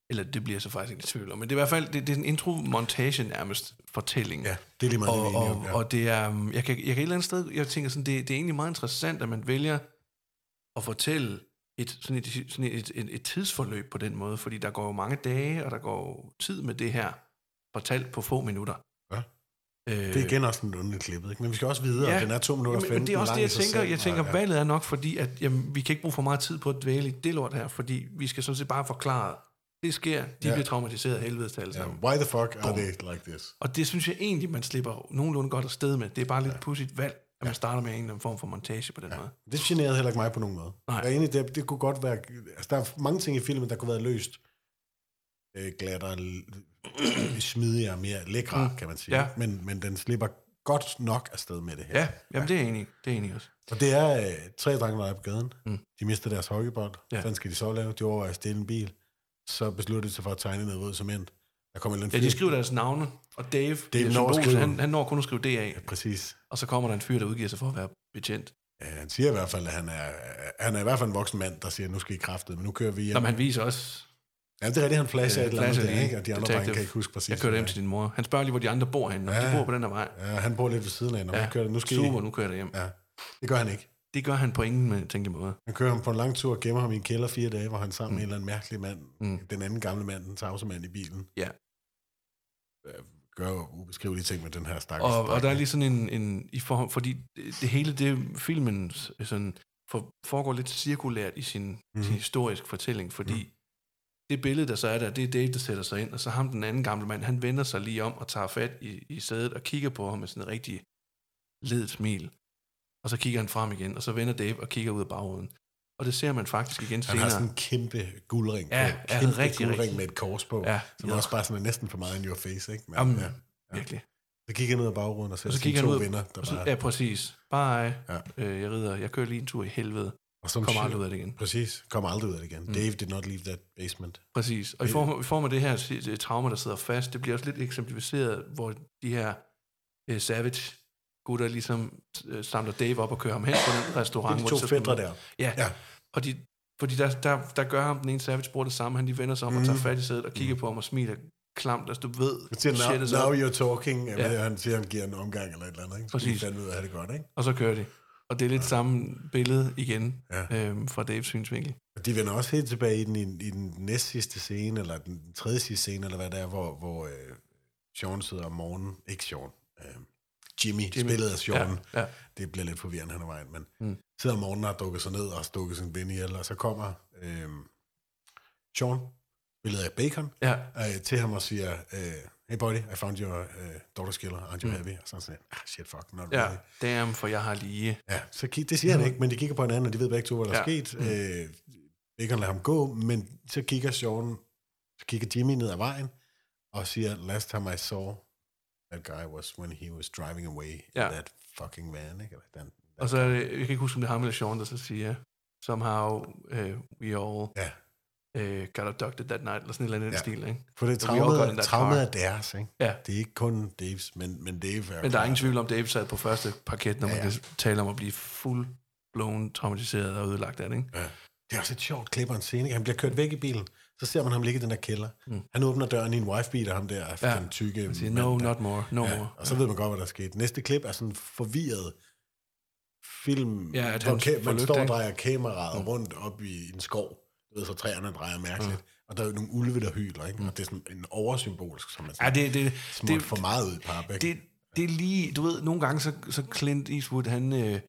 Speaker 4: eller det bliver jeg så faktisk ikke i tvivl om, men det er i hvert fald det, det er en intromontage nærmest fortælling.
Speaker 5: Ja, det er lige meget, det vi
Speaker 4: og,
Speaker 5: er enige
Speaker 4: og,
Speaker 5: om, ja.
Speaker 4: og det er, øhm, jeg kan, jeg kan et eller andet sted, jeg tænker sådan, det, det er egentlig meget interessant, at man vælger at fortælle et, sådan, et, sådan et, et, et tidsforløb på den måde, fordi der går jo mange dage, og der går jo tid med det her, fortalt på få minutter.
Speaker 5: Ja.
Speaker 4: Øh,
Speaker 5: Det er igen også sådan underligt klippet, ikke? men vi skal også videre, ja. den er 2 minutter og
Speaker 4: Jamen,
Speaker 5: 15
Speaker 4: men det er også
Speaker 5: lang
Speaker 4: det,
Speaker 5: i
Speaker 4: jeg
Speaker 5: sig
Speaker 4: tænker.
Speaker 5: selv,
Speaker 4: Jeg tænker,
Speaker 5: og, ja.
Speaker 4: valget er nok fordi, at jamen, vi kan ikke bruge for meget tid på at dvæle i det lort her, fordi vi skal sådan set bare forklare, det sker, de
Speaker 5: Ja.
Speaker 4: bliver traumatiseret af helvede til alle
Speaker 5: Ja,
Speaker 4: sammen.
Speaker 5: why the fuck are they like this?
Speaker 4: Og det synes jeg egentlig, man slipper nogenlunde godt afsted med. Det er bare lidt pudsigt valg, at man starter med en eller anden form for montage på den ja. måde.
Speaker 5: Det generede heller ikke mig på nogen måde.
Speaker 4: Nej.
Speaker 5: Jeg er enig, det, det kunne godt være... Altså, der er mange ting i filmen, der kunne være løst øh, glattere, l- smidigere, mere lækre, mm. kan man sige.
Speaker 4: Ja.
Speaker 5: Men, men den slipper godt nok afsted med det her.
Speaker 4: Ja, jamen det er jeg enig. i. Det er jeg enig i også.
Speaker 5: Og det er øh, tre drenge, der er på gaden. Mm. De mister deres hockeybold. Ja.
Speaker 4: Ja.
Speaker 5: Hvad skal de så lave? De overvejer at stjæle en bil. Så beslutter de sig for at tegne noget ud som end. Der kommer en eller
Speaker 4: Ja,
Speaker 5: anden
Speaker 4: de
Speaker 5: fyr-
Speaker 4: skriver deres navne, og Dave,
Speaker 5: Dave
Speaker 4: det er
Speaker 5: når at
Speaker 4: symbol,
Speaker 5: skrive.
Speaker 4: han, han når kun at skrive DA,
Speaker 5: Præcis.
Speaker 4: og så kommer der en fyr, der udgiver sig for at være betjent.
Speaker 5: Ja, Øh, han siger i hvert fald, at han er, han er i hvert fald en voksen mand, der siger, nu skal I kraftet, men nu kører vi hjem.
Speaker 4: Ja. Jamen, han viser også...
Speaker 5: ja, det er rigtigt, han flasher
Speaker 4: øh,
Speaker 5: et eller andet
Speaker 4: flasher
Speaker 5: der,
Speaker 4: lige.
Speaker 5: ikke? og de andre
Speaker 4: Detective.
Speaker 5: drenge kan ikke huske præcis.
Speaker 4: Jeg kører
Speaker 5: hvad
Speaker 4: hjem til din mor. Han spørger lige, hvor de andre bor henne, og
Speaker 5: Ja.
Speaker 4: de bor på den her vej.
Speaker 5: det er. Ja, han bor lidt ved siden af, når ja.
Speaker 4: Ja,
Speaker 5: han kører det. Nu skal
Speaker 4: super,
Speaker 5: I...
Speaker 4: nu kører jeg hjem. Ja.
Speaker 5: Ja, det gør han ikke.
Speaker 4: Det gør han på ingen med- tænkelig måde.
Speaker 5: Han kører ham på en lang tur og gemmer ham i en kælder fire dage, hvor han er sammen mm. med en eller anden mærkelig mand, mm. den anden gamle mand, den tavse mand i bilen, Øh,
Speaker 4: Ja.
Speaker 5: gør jo ubeskrivelige ting med den her stakkels.
Speaker 4: Og, og der er
Speaker 5: dreng.
Speaker 4: lige sådan en, en i forhold, fordi det, det hele det filmen sådan, for, foregår lidt cirkulært i sin,
Speaker 5: Mhm.
Speaker 4: mm. sin historisk fortælling, fordi mm. det billede, der så er der, det er Dave, der sætter sig ind, og så ham, den anden gamle mand, han vender sig lige om og tager fat i, i sædet og kigger på ham med sådan en rigtig ledet smil. Og så kigger han frem igen, og så vender Dave og kigger ud af bagruden. Og det ser man faktisk igen
Speaker 5: Han
Speaker 4: senere.
Speaker 5: har sådan en kæmpe guldring
Speaker 4: Ja,
Speaker 5: på.
Speaker 4: ja,
Speaker 5: Kæmpe
Speaker 4: rigtig,
Speaker 5: guldring
Speaker 4: rigtig.
Speaker 5: med et kors på,
Speaker 4: Ja,
Speaker 5: som
Speaker 4: ja.
Speaker 5: også bare sådan er næsten for meget in your face, ikke? Men,
Speaker 4: Jamen,
Speaker 5: ja.
Speaker 4: virkelig.
Speaker 5: Så kigger han ud af bagruden og ser
Speaker 4: Og så
Speaker 5: sine
Speaker 4: kigger
Speaker 5: to
Speaker 4: han ud,
Speaker 5: venner, der
Speaker 4: og så,
Speaker 5: bare...
Speaker 4: ja præcis, bye,
Speaker 5: Ja.
Speaker 4: ja. Øh, jeg rider, jeg kører lige en tur i helvede,
Speaker 5: og som
Speaker 4: kommer
Speaker 5: siger-
Speaker 4: aldrig ud af det igen.
Speaker 5: Præcis, kommer aldrig ud af det igen. Mm. Dave did not leave that basement.
Speaker 4: Præcis.
Speaker 5: Øh.
Speaker 4: Og i form, i form af det her si- det trauma, der sidder fast, det bliver også lidt eksemplificeret, hvor de her øh, savage gutter ligesom øh, samler Dave op og kører ham hen på den restaurant.
Speaker 5: Det er
Speaker 4: hvor
Speaker 5: de to
Speaker 4: så-
Speaker 5: fætre der.
Speaker 4: Ja.
Speaker 5: Ja.
Speaker 4: ja. Og de, fordi der, der, der gør ham den ene savage bruger det samme, han lige vender sig om mm. og tager fat i sædet og kigger mm. på ham og smiler klamt, altså du ved,
Speaker 5: Han siger,
Speaker 4: shit is
Speaker 5: now,
Speaker 4: up."
Speaker 5: now you're talking, ja.
Speaker 4: Ja.
Speaker 5: han siger, han giver en omgang eller et eller andet, ikke? Så
Speaker 4: Præcis.
Speaker 5: Præcis. ud af at have det godt, ikke?
Speaker 4: og så kører de. Og det er lidt samme billede igen
Speaker 5: Ja.
Speaker 4: ja. øhm, fra Daves synsvinkel.
Speaker 5: Og de vender også helt tilbage i den, i, i den næst sidste scene, eller den tredje sidste scene, eller hvad det er, hvor, hvor øh, Sean sidder om morgenen, ikke Sean, øh, Jimmy, Jimmy,
Speaker 4: Jimmy.
Speaker 5: spillet af Sean.
Speaker 4: Ja, ja.
Speaker 5: Det bliver lidt forvirrende hen ad vejen, men mm. sidder om morgenen og har dukket sig ned og har dukket sin ven ihjel, og så kommer øh, Sean, spillet af Bacon,
Speaker 4: Ja.
Speaker 5: øh, til ham og siger, øh, hey buddy, I found your øh, daughter's killer, aren't you mm. happy? Og så er han sådan, ah, shit, fuck, not
Speaker 4: Ja,
Speaker 5: really.
Speaker 4: damn, for jeg har lige...
Speaker 5: Ja, så kig, det siger han ikke, men de kigger på hinanden, og de ved begge to, hvad der Mm. ja. er
Speaker 4: Ja.
Speaker 5: sket. Øh, Bacon lader ham gå, men så kigger Sean, så kigger Jimmy ned ad vejen, og siger, last time I saw that guy was when he was driving away ja.
Speaker 4: Ja.
Speaker 5: in that fucking van. Ikke? Eller den,
Speaker 4: Og så er det, jeg kan ikke huske, om det er ham eller Sean, der så siger, somehow uh, we all
Speaker 5: ja,
Speaker 4: uh, got abducted that night, eller sådan et eller andet
Speaker 5: Ja.
Speaker 4: ja. stil, ikke?
Speaker 5: for det
Speaker 4: So we all got in
Speaker 5: traumet,
Speaker 4: that
Speaker 5: traumet
Speaker 4: car.
Speaker 5: er deres, ikke?
Speaker 4: Ja.
Speaker 5: Det er ikke kun Daves, men, men Dave er
Speaker 4: Men der er
Speaker 5: klar.
Speaker 4: ingen tvivl om, Dave sad på første parket, når man
Speaker 5: Ja, ja.
Speaker 4: ja, ja. taler om at blive fuld blown, traumatiseret og ødelagt af det, ikke?
Speaker 5: Ja. Det er også et sjovt klip og en scene. ikke? Han bliver kørt væk i bilen, så ser man ham ligge i den der kælder. Mm. Han åbner døren i en wife-beat, og ham der er ja. den tykke
Speaker 4: Man siger,
Speaker 5: mand
Speaker 4: no,
Speaker 5: der-
Speaker 4: not more, no
Speaker 5: Ja,
Speaker 4: more.
Speaker 5: og så ved man godt, hvad der er sket. Næste klip er sådan en forvirret film,
Speaker 4: Ja, at
Speaker 5: hvor
Speaker 4: han
Speaker 5: ka-
Speaker 4: får
Speaker 5: man
Speaker 4: lygt,
Speaker 5: står og
Speaker 4: ikke?
Speaker 5: drejer kameraet mm. rundt op i en skov, du ved, så træerne drejer mærkeligt, mm. og der er jo nogle ulve, der hyler, ikke? Mm. og det er sådan en oversymbolsk, som man siger,
Speaker 4: Ja, det, det,
Speaker 5: småt
Speaker 4: det,
Speaker 5: for meget ud i pap. Ikke?
Speaker 4: det, det er lige, du ved, nogle gange, så, så Clint Eastwood, han, øh,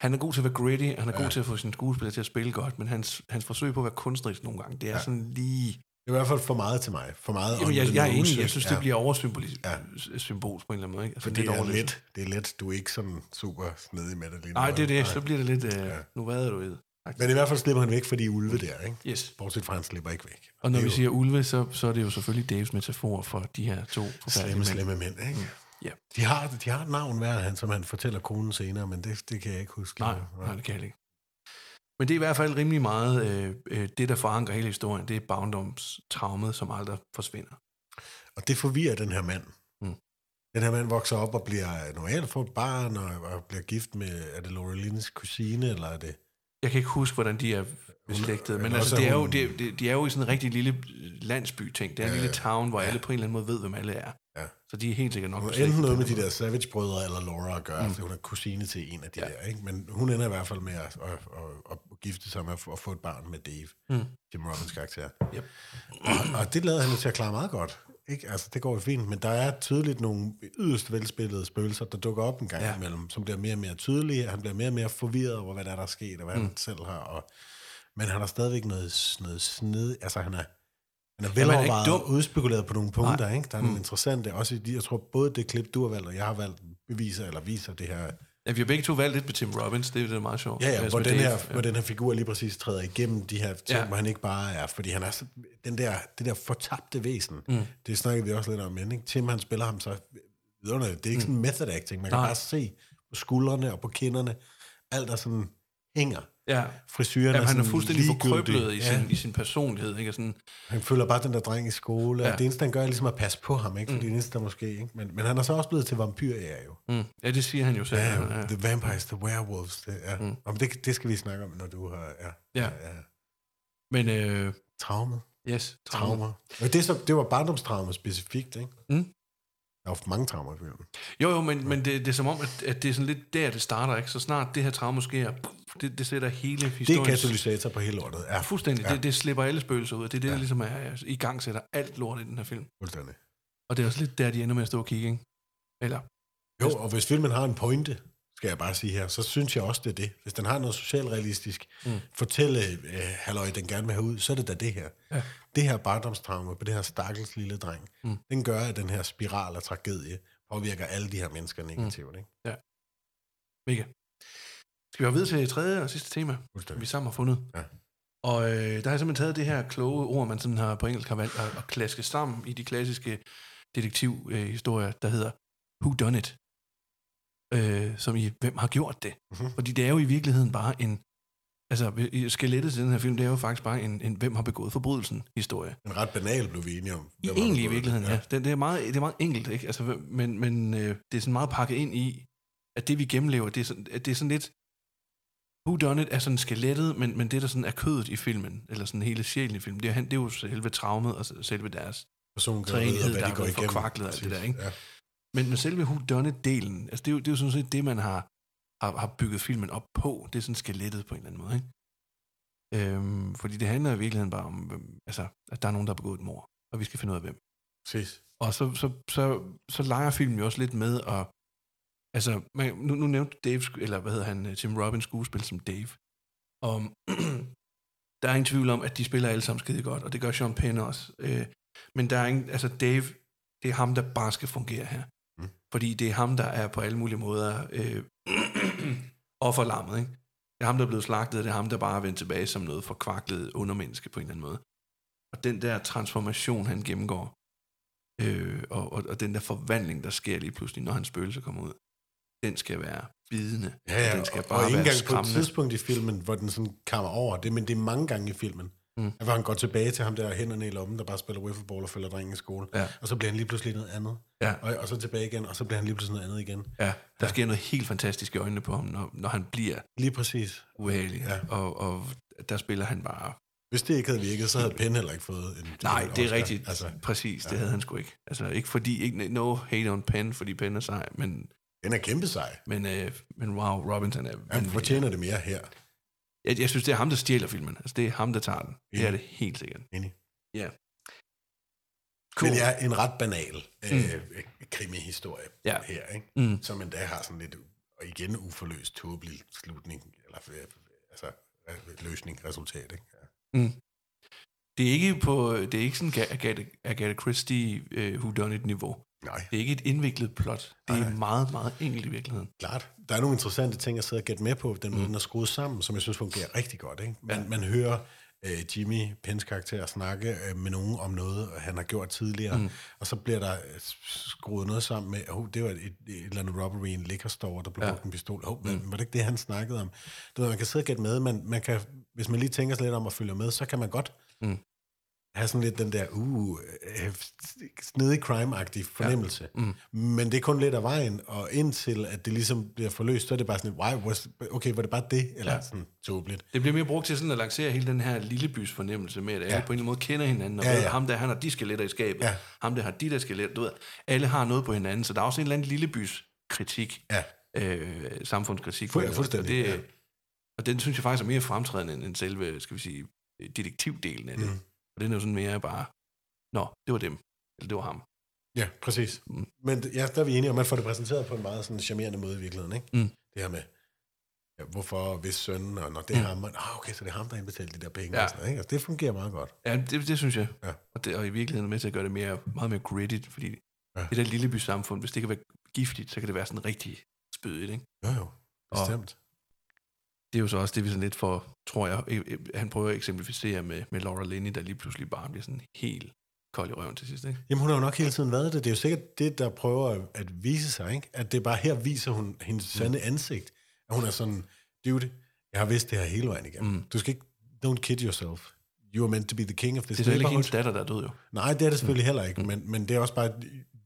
Speaker 4: han er god til at være gritty, han er ja. god til at få sin skuespiller til at spille godt, men hans, hans forsøg på at være kunstnerisk nogle gange, det er ja. sådan lige...
Speaker 5: det er i hvert fald for meget til mig. For meget
Speaker 4: Jamen,
Speaker 5: on
Speaker 4: jeg,
Speaker 5: the
Speaker 4: jeg er
Speaker 5: nose,
Speaker 4: enig, jeg
Speaker 5: ikke?
Speaker 4: synes,
Speaker 5: Ja.
Speaker 4: det bliver oversymbolik
Speaker 5: Ja.
Speaker 4: ja. symbols på en eller anden måde. Ikke? Altså,
Speaker 5: For det er
Speaker 4: overlæs-
Speaker 5: let. Det er let. Du er ikke sådan super snedig med det lige nu.
Speaker 4: Nej, det er det,
Speaker 5: Nej.
Speaker 4: så bliver det lidt... Øh, Nu hvad er du ved?
Speaker 5: Men i hvert fald slipper han væk for de ulve der, ikke?
Speaker 4: Yes.
Speaker 5: Bortset fra, han slipper ikke væk.
Speaker 4: Og når
Speaker 5: Det er
Speaker 4: vi
Speaker 5: jo
Speaker 4: siger ulve, så, så er det jo selvfølgelig Daves metafor for de her to forfærdelige
Speaker 5: Slemme,
Speaker 4: mænd.
Speaker 5: slemme mænd, ikke?
Speaker 4: Mm. Ja.
Speaker 5: De har, de har et navn hver, han, som han fortæller konen senere, men det, det kan jeg ikke huske.
Speaker 4: Nej, nej, det kan jeg ikke. Men det er i hvert fald rimelig meget øh, øh, det, der forankrer hele historien. Det er Boundoms traumet, som aldrig forsvinder.
Speaker 5: Og det forvirrer den her mand.
Speaker 4: Mm.
Speaker 5: Den her mand vokser op og bliver normalt får et barn, og, og bliver gift med, er det Laura Lins kusine, eller er det...
Speaker 4: Jeg kan ikke huske, hvordan de er beslægtede, men
Speaker 5: men
Speaker 4: altså,
Speaker 5: også
Speaker 4: det er jo,
Speaker 5: hun-
Speaker 4: det, det, de er jo i sådan en rigtig lille øh, landsby-ting. Det er en lille town, hvor alle på en eller anden måde ved, hvem alle er.
Speaker 5: Ja.
Speaker 4: Så de er helt sikkert nok
Speaker 5: Hun
Speaker 4: beslægtede.
Speaker 5: enten noget med
Speaker 4: på
Speaker 5: de
Speaker 4: en
Speaker 5: der Savage-brødre eller Laura at gøre, mm. hun er kusine til en af de ja.
Speaker 4: Ja.
Speaker 5: der, ikke? Men hun ender i hvert fald med at, at, at, at gifte sig med at få- at få et barn med Dave, mm. Jim Robbins karakter.
Speaker 4: måde. Yep.
Speaker 5: Og, og det lader han jo til at klare meget godt. Ikke? Altså, det går jo fint, men der er tydeligt nogle yderst velspillede spøgelser, der dukker op en gang ja.
Speaker 4: Ja.
Speaker 5: imellem, som bliver mere og mere tydelige, han bliver mere og mere forvirret over, hvad der er, der er sket, og hvad mm. han selv har. Og, men han har stadigvæk noget, noget sned, altså han er, han er
Speaker 4: ikke
Speaker 5: velovervejet
Speaker 4: dum. Mm.
Speaker 5: og udspekuleret på nogle punkter, ikke? der er nogle interessante, også i de, jeg tror både det klip, du har valgt, og jeg har valgt, beviser eller viser det her
Speaker 4: Ja, vi har begge to valgt lidt med Tim Robbins, det er jo det er meget sjovt.
Speaker 5: Ja, ja,
Speaker 4: Altså
Speaker 5: hvor
Speaker 4: med
Speaker 5: den,
Speaker 4: Dave,
Speaker 5: her, hvor den her figur lige præcis træder igennem de her ting, ja.
Speaker 4: Ja.
Speaker 5: hvor han ikke bare er, fordi han er så, den der, det der fortabte væsen. Mm. Det snakkede vi også lidt om, men ikke? Tim han spiller ham så vidunderligt. Det er ikke mm. sådan method acting, man kan
Speaker 4: Nej.
Speaker 5: bare se på skuldrene og på kinderne, alt der sådan hænger.
Speaker 4: Ja.
Speaker 5: Frisyren
Speaker 4: Ja, han er
Speaker 5: sådan
Speaker 4: fuldstændig
Speaker 5: ligegyldig.
Speaker 4: forkrøblet i,
Speaker 5: Ja,
Speaker 4: sin, i sin personlighed. Ikke? Og Sådan,
Speaker 5: han føler bare den der dreng i skole, ja.
Speaker 4: Ja.
Speaker 5: og det eneste, han gør, er ligesom at passe på ham, ikke? Fordi mm. det eneste, der måske, ikke? Men, men han er så også blevet til vampyr, ja, jo.
Speaker 4: mm, ja, det siger han jo selv.
Speaker 5: Ja,
Speaker 4: ja.
Speaker 5: The Vampires, The Werewolves, det, ja. Mm. Om det, det skal vi snakke om, når du har... Ja,
Speaker 4: Ja.
Speaker 5: ja.
Speaker 4: Men, øh,
Speaker 5: Traumet.
Speaker 4: yes, traumer.
Speaker 5: Traumer. Og det, er så, det var barndomstraumer specifikt, ikke?
Speaker 4: Mm.
Speaker 5: Der var mange traumer i filmen.
Speaker 4: Jo, jo, men, men det, det er som om, at, at det er sådan lidt der, det starter. ikke. Så snart det her traume sker, puff, det, det sætter hele
Speaker 5: Det er
Speaker 4: historien...
Speaker 5: katalysator på hele lortet. Ja,
Speaker 4: Fuldstændig.
Speaker 5: Ja.
Speaker 4: Ja. Det, det slipper alle spøgelser ud. Det er det, ja. der ligesom er, er i gang sætter alt lort i den her film.
Speaker 5: fuldstændig.
Speaker 4: Og det er også lidt der, de ender med at stå og kigge, ikke? Eller,
Speaker 5: Jo, og hvis filmen har en pointe, skal jeg bare sige her, så synes jeg også, det er det. Hvis den har noget socialrealistisk, mm. fortælle, øh, halløj, den gerne vil have ud, så er det da det her. Ja. Det her barndomstraume på det her stakkels lille dreng, mm. den gør, at den her spiral af tragedie påvirker alle de her mennesker negativt, mm. ikke?
Speaker 4: mega. Skal vi have videre til tredje og sidste tema,
Speaker 5: Fuldstændig.
Speaker 4: som vi sammen har fundet?
Speaker 5: Ja.
Speaker 4: Og øh, der har jeg simpelthen taget det her kloge ord, man sådan har på engelsk har valgt at, at klaske sammen i de klassiske detektivhistorier, øh, historier, der hedder Who Done It? Øh, som i, hvem har gjort det?
Speaker 5: Mhm.
Speaker 4: Mm-hmm. Fordi det er jo i virkeligheden bare en, altså i skelettet til den her film, det er jo faktisk bare en, en hvem har begået forbrydelsen historie.
Speaker 5: En ret banal blev vi enige om.
Speaker 4: I
Speaker 5: Hvem har
Speaker 4: egentlig i
Speaker 5: begået
Speaker 4: virkeligheden,
Speaker 5: det?
Speaker 4: ja. Det, det, er meget, det er meget enkelt, ikke? Altså, hvem- men men øh, det er sådan meget pakket ind i, at det vi gennemlever, det er sådan, at det er sådan lidt... Who Done It er sådan skelettet, men, men det, der sådan er kødet i filmen, eller sådan hele sjælen i filmen, det er, han- det er jo selve traumet og selve deres.
Speaker 5: personen kan
Speaker 4: Træenhed,
Speaker 5: vide, og hvad
Speaker 4: der
Speaker 5: de
Speaker 4: er
Speaker 5: går
Speaker 4: blevet
Speaker 5: igennem.
Speaker 4: forkvaklet og alt det der, ikke?
Speaker 5: Ja.
Speaker 4: Men, men selve Who Done It-delen, altså det er, jo, det er jo sådan set det, man har, har, har bygget filmen op på. Det er sådan skelettet på en eller anden måde, ikke? Øhm, fordi det handler i virkeligheden bare om, hvem- altså, at der er nogen, der har begået et mor, og vi skal finde ud af hvem.
Speaker 5: Præcis.
Speaker 4: Og så, så, så, så leger filmen jo også lidt med at... Altså, man, nu, nu nævnte Dave, sku- eller hvad hedder han, øh, Tim Robbins skuespil som Dave. Og [CLEARS THROAT] der er ingen tvivl om, at de spiller alle sammen skide godt, og det gør Sean Penn også. Øh, men der er ingen, altså Dave, det er ham, der bare skal fungere her. Mm. Fordi det er ham, der er på alle mulige måder øh, [CLEARS THROAT] offerlammet, ikke? Det er ham, der er blevet slagtet, og det er ham, der bare er vendt tilbage som noget forkvaklet undermenneske på en eller anden måde. Og den der transformation, han gennemgår, Øh, og, og, og den der forvandling, der sker lige pludselig, når hans spøgelse kommer ud, den skal være bidende.
Speaker 5: Ja, ja,
Speaker 4: og den skal
Speaker 5: og-
Speaker 4: bare
Speaker 5: og ikke
Speaker 4: være
Speaker 5: engang på et
Speaker 4: skræmmende.
Speaker 5: tidspunkt i filmen, hvor den sådan kammer over det, men det er mange gange i filmen, mm. at hvor han går tilbage til ham der hænderne i lommen, der bare spiller wiffleball og følger drengen i skole,
Speaker 4: Ja.
Speaker 5: og så bliver han lige pludselig noget andet,
Speaker 4: Ja.
Speaker 5: og, og så tilbage igen, og så bliver han lige pludselig noget andet igen.
Speaker 4: Ja, der sker noget helt fantastisk i øjnene på ham, når, når han bliver
Speaker 5: Lige præcis.
Speaker 4: uheldig.
Speaker 5: Ja.
Speaker 4: Og, og der spiller han bare...
Speaker 5: Hvis det ikke havde virket, så havde Penn heller ikke fået en...
Speaker 4: Nej,
Speaker 5: en
Speaker 4: det er
Speaker 5: Oscar.
Speaker 4: rigtigt.
Speaker 5: Altså,
Speaker 4: Altså, Præcis, ja. det havde han sgu ikke. Altså ikke fordi... Ikke, no hate on Penn, fordi Penn er sej, men,
Speaker 5: den er kæmpe sej.
Speaker 4: men, øh, men wow, Robinson er...
Speaker 5: Han
Speaker 4: vanvittig.
Speaker 5: fortjener det mere her.
Speaker 4: jeg, jeg synes, det er ham, der stjæler filmen. Altså det er ham, der tager den. Det
Speaker 5: Enig.
Speaker 4: er det helt sikkert.
Speaker 5: Enig.
Speaker 4: Ja.
Speaker 5: Cool. Men jeg er en ret banal øh, krimihistorie
Speaker 4: Mm. Ja.
Speaker 5: her, ikke?
Speaker 4: Mm.
Speaker 5: som endda har sådan lidt, og igen uforløst, tåbelig slutning, eller øh, altså øh, løsning, resultat. Ikke? Ja.
Speaker 4: Det er ikke på det er ikke sådan Ga- Agatha, Agatha Christie uh, Who Done It niveau.
Speaker 5: Nej,
Speaker 4: Det er ikke et indviklet plot. Det er meget meget enkelt i virkeligheden.
Speaker 5: klart. Der er nogle interessante ting at sidde og gætte med på, den måde, den er skruet sammen, som jeg synes fungerer rigtig godt. Ikke? Man, Mm. ja. man hører øh, Jimmy, Pens karakter, snakke øh, med nogen om noget, han har gjort tidligere, mm. og så bliver der øh, skruet noget sammen med, oh, det var et, et eller andet robbery i en liquor-store, der blev
Speaker 4: Ja.
Speaker 5: brugt en pistol. Oh, men, var det ikke det, han snakkede om? Du ved, man kan sidde og gætte med, men man kan, hvis man lige tænker sig lidt om at følge med, så kan man godt have sådan lidt den der, uh, øh, snedig crime-agtig fornemmelse. Ja. Mm. Men det er kun lidt af vejen, og indtil at det ligesom bliver forløst, så er det bare sådan, wow, was, okay, var det bare det? Eller ja. sådan tåbeligt.
Speaker 4: Det bliver mere brugt til sådan at lancere hele den her lillebys fornemmelse med, at alle ja. på en eller anden måde kender hinanden, og
Speaker 5: Ja,
Speaker 4: ja, ja.
Speaker 5: ja.
Speaker 4: ham der, han har de skeletter i skabet,
Speaker 5: Ja.
Speaker 4: ja. ham der har de der skeletter, du ved, alle har noget på hinanden, så der er også en eller anden lillebys kritik,
Speaker 5: Ja.
Speaker 4: øh, samfundskritik.
Speaker 5: Fu-
Speaker 4: på det.
Speaker 5: fuldstændig,
Speaker 4: Og, det,
Speaker 5: ja.
Speaker 4: og den synes jeg faktisk er mere fremtrædende end, end selve, skal vi sige, øh, detektivdelen af det. Mm. Og den er jo sådan mere bare, nå, det var dem, eller det var ham.
Speaker 5: Ja, præcis. Mm. Men ja, der er vi enige om, man får det præsenteret på en meget sådan charmerende måde i virkeligheden, ikke?
Speaker 4: Mm.
Speaker 5: Det her med, ja, hvorfor, hvis sønnen, og når det er mm. ham, og, ah, okay, så det er ham, der indbetalte de der penge. Ja.
Speaker 4: Ja.
Speaker 5: Og sådan, noget, ikke? Altså, det fungerer meget godt.
Speaker 4: Ja, det, det synes jeg.
Speaker 5: Ja.
Speaker 4: Ja. Og, det, og i virkeligheden er med til at gøre det mere, meget mere gritty, fordi ja. det der lille bysamfund, hvis det kan være giftigt, så kan det være sådan rigtig spydigt, ikke?
Speaker 5: Jo, jo, bestemt.
Speaker 4: Det er jo så også det, vi sådan lidt får, tror jeg, øh, øh, han prøver at eksemplificere med, med Laura Linney, der lige pludselig bare bliver sådan helt kold i røven til sidst, ikke?
Speaker 5: Jamen, hun har jo nok hele tiden været det. Det er jo sikkert det, der prøver at- at vise sig, ikke? At det er bare her viser hun hendes
Speaker 4: Mm.
Speaker 5: sande ansigt. At hun er sådan, dude, jeg har vidst det her hele vejen igennem. Mm. Du skal ikke, don't kid yourself. You are meant to be the king of this
Speaker 4: Det er så heller ikke
Speaker 5: neighborhood.
Speaker 4: hendes datter, der Mm. er død jo.
Speaker 5: Nej, det er det selvfølgelig heller ikke, men, men det er også bare,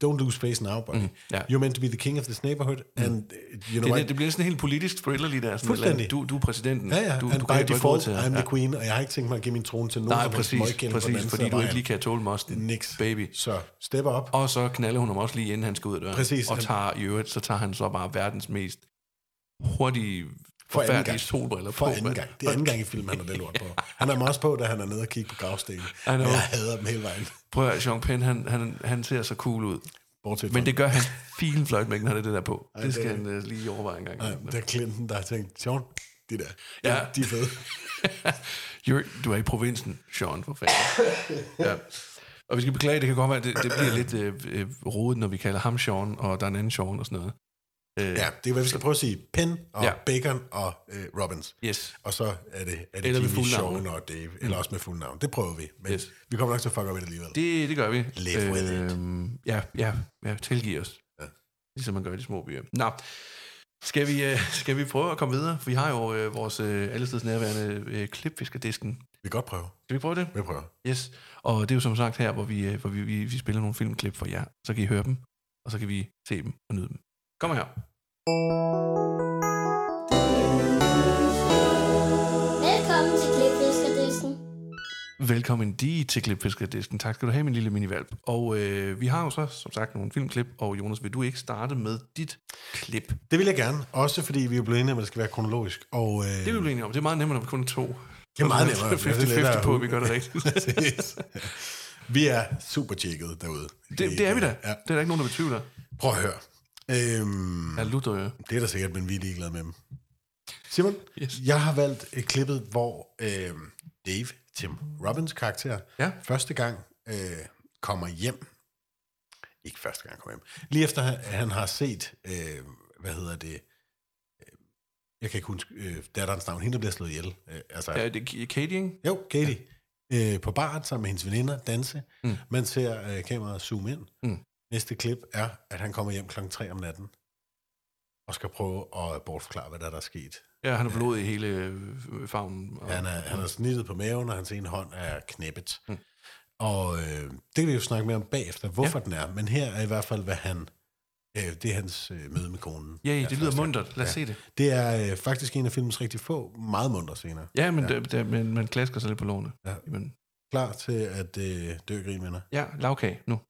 Speaker 5: don't lose face now, buddy. Mm.
Speaker 4: ja. Mm.
Speaker 5: You're meant to be the king of this neighborhood, and uh, you know
Speaker 4: Det,
Speaker 5: what?
Speaker 4: det, det bliver sådan en helt politisk thriller lige der. Sådan et eller andet.
Speaker 5: Fuldstændig.
Speaker 4: Du, du er præsidenten.
Speaker 5: ja, ja,
Speaker 4: Du,
Speaker 5: and
Speaker 4: du
Speaker 5: by
Speaker 4: ikke rykke ud
Speaker 5: default,
Speaker 4: til her.
Speaker 5: I'm the queen, og jeg har ikke tænkt mig at give min trone til nogen,
Speaker 4: Nej,
Speaker 5: som helst
Speaker 4: præcis,
Speaker 5: møgkælder på den
Speaker 4: præcis,
Speaker 5: anden
Speaker 4: fordi
Speaker 5: side
Speaker 4: du
Speaker 5: af
Speaker 4: ikke lige
Speaker 5: vejen.
Speaker 4: kan tåle mosten,
Speaker 5: Niks.
Speaker 4: baby.
Speaker 5: Så step op.
Speaker 4: Og så knaller hun ham også lige, inden han skal ud af døren.
Speaker 5: Præcis.
Speaker 4: Og tager, i øvrigt, så tager han så bare verdens mest hurtige,
Speaker 5: For anden
Speaker 4: forfærdelige
Speaker 5: gang.
Speaker 4: solbriller
Speaker 5: For
Speaker 4: på.
Speaker 5: anden
Speaker 4: mand.
Speaker 5: gang. Det er anden gang i filmen, han har det lort på. Han har dem også på, da han er nede og kigge på gravstenen.
Speaker 4: I know.
Speaker 5: Og Jeg hader dem hele vejen.
Speaker 4: Prøv at høre, Sean Penn, han, han, han ser så cool ud.
Speaker 5: Bortset
Speaker 4: Men
Speaker 5: fra-
Speaker 4: det gør han filen fløjt med, ikke, når det er det der på.
Speaker 5: det er
Speaker 4: det skal
Speaker 5: det.
Speaker 4: han øh, lige overveje en gang.
Speaker 5: Nej,
Speaker 4: [LAUGHS]
Speaker 5: det er Clinton, der har tænkt, Sean, de der, ja.
Speaker 4: Ja.
Speaker 5: de er fede.
Speaker 4: You're, du er i provinsen, Sean, for fanden. ja. Og vi skal beklage, det kan godt være, det, det bliver lidt øh, øh, rodet, når vi kalder ham Sean, og der er en anden Sean og sådan noget. Øh,
Speaker 5: Ja, det er, hvad vi skal prøve at sige. Penn og ja.
Speaker 4: Ja.
Speaker 5: Bacon og øh, Robbins.
Speaker 4: Yes.
Speaker 5: Og så er det, er det
Speaker 4: Eller med
Speaker 5: Jimmy,
Speaker 4: fulde navn. Mm.
Speaker 5: Sean og Dave. Eller også med fuld navn. Det prøver vi. Men yes.
Speaker 4: Yes.
Speaker 5: vi kommer nok til at fuck op med det alligevel. Det,
Speaker 4: Det, det gør vi. Øh,
Speaker 5: Live with it.
Speaker 4: Ja, ja, ja, tilgiv os.
Speaker 5: Ja.
Speaker 4: Ja. Ligesom man gør i de små byer. Nå, skal vi, øh, skal vi prøve at komme videre? For vi har jo øh, vores øh, allesteds nærværende øh, klipfiskerdisken.
Speaker 5: vi kan godt prøve.
Speaker 4: Skal vi prøve det?
Speaker 5: Vi prøver.
Speaker 4: Yes, og det er jo som sagt her, hvor vi, øh, hvor vi, vi, vi spiller nogle filmklip for jer. Så kan I høre dem, og så kan vi se dem og nyde dem. Kom her.
Speaker 3: Velkommen til Klipfiskerdisken.
Speaker 4: Velkommen de til Klipfiskerdisken. Tak skal du have, min lille minivalp. Og øh, vi har jo så, som sagt, nogle filmklip. Og Jonas, vil du ikke starte med dit klip?
Speaker 5: Det vil jeg gerne. Også fordi vi er blevet enige om, at det skal være kronologisk. Og, øh,
Speaker 4: Det er vi blevet enige om. Det er meget nemmere, når vi kun er to. Altså,
Speaker 5: Det er meget nemmere.
Speaker 4: [LAUGHS] Det er 50-50 på, at vi gør det rigtigt.
Speaker 5: Præcis. Vi er super tjekket derude.
Speaker 4: Det, det er vi da. Ja.
Speaker 5: Ja.
Speaker 4: Det er der ikke nogen, der betvivler.
Speaker 5: Prøv at høre. Øhm,
Speaker 4: Ja, Luther, ja.
Speaker 5: Det er der sikkert, men vi er ligeglade med dem. Simon,
Speaker 4: Yes.
Speaker 5: yes. jeg har valgt et klippet, hvor øh, Dave, Tim Robbins karakter,
Speaker 4: Ja.
Speaker 5: første gang øh, kommer hjem. Ikke første gang han kommer hjem. Lige efter han, han har set, øh, hvad hedder det, Øh, jeg kan ikke huske øh, datterens navn, hende der bliver slået ihjel. Øh, altså,
Speaker 4: ja det er Katie, ikke?
Speaker 5: jo, Katie. Ja. Øh, på baren sammen med hendes veninder, danse.
Speaker 4: Mm.
Speaker 5: Mm. Man ser øh, kameraet zoome ind.
Speaker 4: Mm.
Speaker 5: Næste klip er, at han kommer hjem klokken 3 om natten og skal prøve at bortforklare, hvad der, der er sket.
Speaker 4: Ja, han har blod i hele øh, favnen. Og,
Speaker 5: Han er, han er snittet på maven, og hans ene hånd er knæppet. Mm. Og øh, det kan vi jo snakke mere om bagefter, hvorfor ja. den er. Men her er i hvert fald, hvad han... Øh, det er hans øh, møde med konen.
Speaker 4: Ja,
Speaker 5: Her
Speaker 4: det
Speaker 5: første
Speaker 4: lyder
Speaker 5: gang.
Speaker 4: mundret. Lad os ja. se det.
Speaker 5: Det er øh, faktisk en af filmens rigtig få meget mundre scener.
Speaker 4: Ja, men, ja. Der, der, men man klasker sig lidt på lårene. Ja.
Speaker 5: Ja.
Speaker 4: Men,
Speaker 5: Klar til at øh, dø, grin, venner.
Speaker 4: ja, lavkage nu.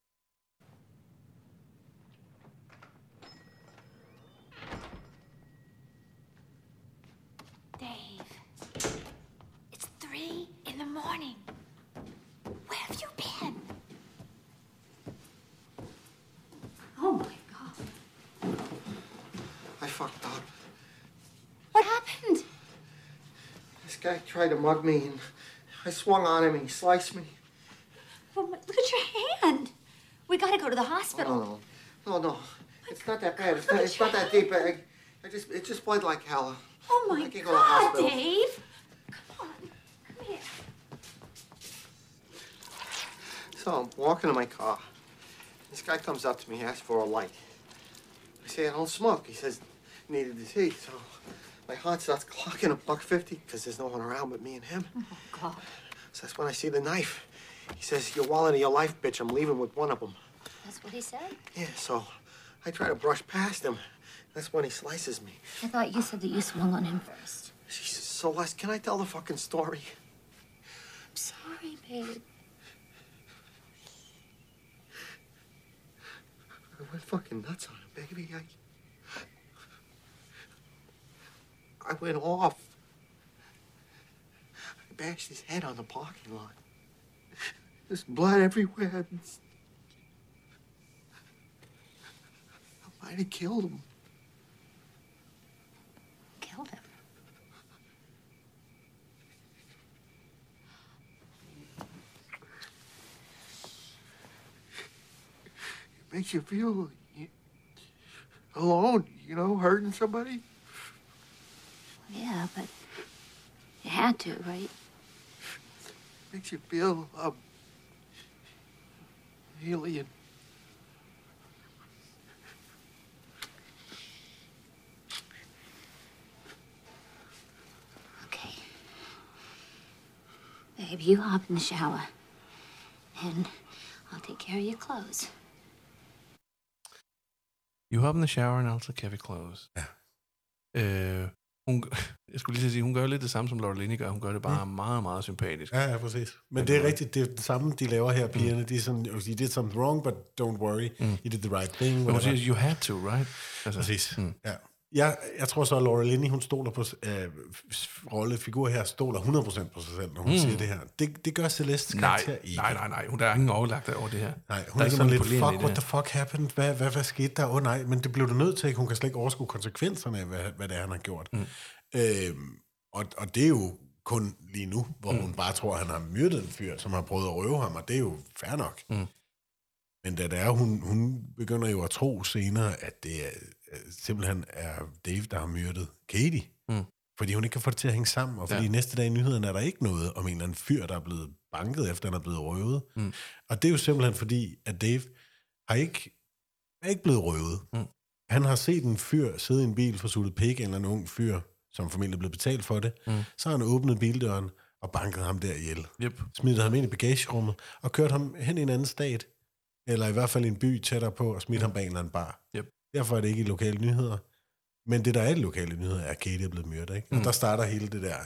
Speaker 6: Dave, it's three in the morning. Where have you been? Oh my god.
Speaker 7: I fucked up.
Speaker 6: What happened?
Speaker 7: This guy tried to mug me, and I swung on him, and he sliced me.
Speaker 6: Well, look at your hand. We gotta go to the hospital.
Speaker 7: No, no, no, no. It's not that bad. It's not, it's not that deep. I, I just, it just bled like hell.
Speaker 6: Oh my
Speaker 7: I can't go to the
Speaker 6: god,
Speaker 7: hospital.
Speaker 6: Dave! Come on, come here.
Speaker 7: So I'm walking to my car. This guy comes up to me, asks for a light. I say I don't smoke. He says neither does he. So my heart starts clocking a buck fifty because there's no one around but me and him.
Speaker 6: Mm-hmm. Oh, God.
Speaker 7: So that's when I see the knife. He says, "Your wallet or your life, bitch. I'm leaving with one of them."
Speaker 6: That's what he said?
Speaker 7: Yeah. So I try to brush past him. That's when he slices me.
Speaker 6: I thought you said that you swung on him first.
Speaker 7: Jesus, Celeste, can I tell the fucking story?
Speaker 6: I'm sorry, babe.
Speaker 7: I went fucking nuts on him, baby. I, I went off. I bashed his head on the parking lot. There's blood everywhere. I might have killed him.
Speaker 6: Killed him.
Speaker 7: It makes you feel you, alone, you know, hurting somebody.
Speaker 6: Yeah, but you had to, right?
Speaker 7: Makes you feel um, alien.
Speaker 6: Okay. Babe, you hop in the shower. And I'll take care of your clothes.
Speaker 4: You hop in the shower and I'll take care of your clothes.
Speaker 5: Ja.
Speaker 4: Øh, hun, [LAUGHS] jeg skulle lige til at sige, hun gør lidt det samme som Laura Linney gør. Hun gør det bare mm. meget, meget sympatisk.
Speaker 5: Ja, ja, præcis. Men det er rigtigt, det er det samme, de laver her, pigerne. De er sådan, "Oh, you did something wrong, but don't worry, you did the right thing.
Speaker 4: Men hun
Speaker 5: whatever."
Speaker 4: siger, you had to, right? Altså,
Speaker 5: Præcis, mm. ja. Jeg, jeg tror så, at Laura Linney, hun stoler på øh, rollefigur her, stoler 100% på sig selv, når hun mm. siger det her. Det, det gør Celeste
Speaker 4: Nej,
Speaker 5: karakter ikke.
Speaker 4: nej, nej, nej. Hun der er ingen overlagt over det her.
Speaker 5: Nej, hun
Speaker 4: Der
Speaker 5: er, er sådan
Speaker 4: en
Speaker 5: lidt,
Speaker 4: polering i
Speaker 5: fuck,
Speaker 4: det
Speaker 5: what
Speaker 4: her.
Speaker 5: the fuck happened? Hvad, hvad, hvad skete der? Åh oh, nej, men det blev du nødt til, ikke? Hun kan slet ikke overskue konsekvenserne af, hvad, hvad det er, han har gjort. Mm. Øhm, og, og det er jo kun lige nu, hvor mm. hun bare tror, at han har myrdet en fyr, som har prøvet at røve ham, og det er jo fair nok. Mm. Men da det er, hun, hun begynder jo at tro senere, at det er, øh, simpelthen er Dave, der har myrdet Katie. Mm. Fordi hun ikke kan få det til at hænge sammen, og fordi
Speaker 4: Ja.
Speaker 5: ja. næste dag i nyhederne er der ikke noget om en eller anden fyr, der er blevet banket, efter han er blevet røvet. Mm. Og det er jo simpelthen fordi, at Dave har ikke, er ikke blevet røvet. Mm. Han har set en fyr sidde i en bil for suttet pik, en eller en ung fyr, som formentlig blev betalt for det. Mm. Så har han åbnet bildøren og banket ham der ihjel.
Speaker 4: Yep.
Speaker 5: Smidt ham ind i bagagerummet og kørt ham hen i en anden stat, eller i hvert fald i en by tættere på, og smidt ham bag en eller anden bar.
Speaker 4: Yep.
Speaker 5: Derfor er det ikke i lokale nyheder. Men det, der er i lokale nyheder, er, at Katie er blevet myrdet. Ikke? Og der starter hele det der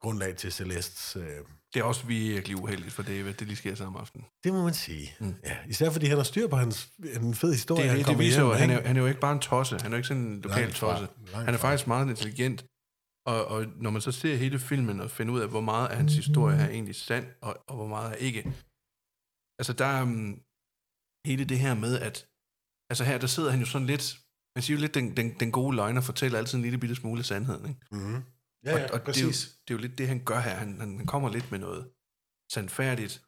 Speaker 5: grundlag til Celestes... Øh,
Speaker 4: Det er også virkelig uheldigt for David, det lige sker samme aften.
Speaker 5: det må man sige. Mm. Ja, især fordi han har styr på hans, en fed historie,
Speaker 4: Det, det,
Speaker 5: han
Speaker 4: det
Speaker 5: kommer
Speaker 4: viser
Speaker 5: hjem
Speaker 4: jo,
Speaker 5: med,
Speaker 4: at han
Speaker 5: ikke?
Speaker 4: er, han er jo ikke bare en tosse. Han er jo ikke sådan en lokal
Speaker 5: Langt fra.
Speaker 4: tosse.
Speaker 5: Langt
Speaker 4: Han er
Speaker 5: fra.
Speaker 4: faktisk meget intelligent. Og, og når man så ser hele filmen og finder ud af, hvor meget af hans historie er egentlig sand, og, og hvor meget er ikke, Altså, der er um, hele det her med, at... Altså her, der sidder han jo sådan lidt... Han siger jo lidt, den, den, den gode løgner fortæller altid en lille bitte smule sandhed, ikke?
Speaker 5: Ja, ja,
Speaker 4: og, og det, er jo, det er jo lidt det, han gør her. Han, han, han kommer lidt med noget sandfærdigt,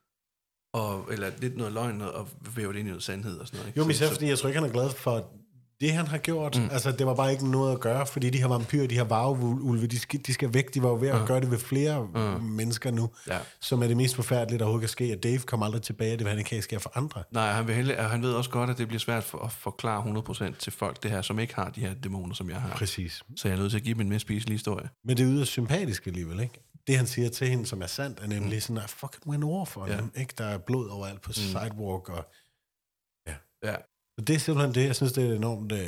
Speaker 4: og, eller lidt noget løgn, og væver det ind i noget sandhed og sådan noget. Ikke?
Speaker 5: Jo, men
Speaker 4: Så-
Speaker 5: især
Speaker 4: så-
Speaker 5: fordi jeg tror ikke, han er glad for det, han har gjort. Mm. Altså, det var bare ikke noget at gøre, fordi de her vampyrer, de her varulve, de skal, de skal væk. De var jo ved at gøre det ved flere mm. mennesker nu,
Speaker 4: Ja.
Speaker 5: som er det mest forfærdelige, der overhovedet kan ske. At Dave kommer aldrig tilbage, det vil han ikke have, sker for andre.
Speaker 4: Nej, han, vil helle, og han ved også godt, at det bliver svært for, at forklare 100% til folk det her, som ikke har de her dæmoner, som jeg har.
Speaker 5: Præcis.
Speaker 4: Så jeg er nødt til at give dem en mere spiselig historie.
Speaker 5: Men det yder sympatisk alligevel, ikke? Det, han siger til hende, som er sandt, er nemlig mm. sådan, at fucking win over for
Speaker 4: Ja.
Speaker 5: ja. dem, ikke? Der er blod overalt på mm. sidewalk, og
Speaker 4: Ja,
Speaker 5: og det er simpelthen det, jeg synes, det er et enormt øh,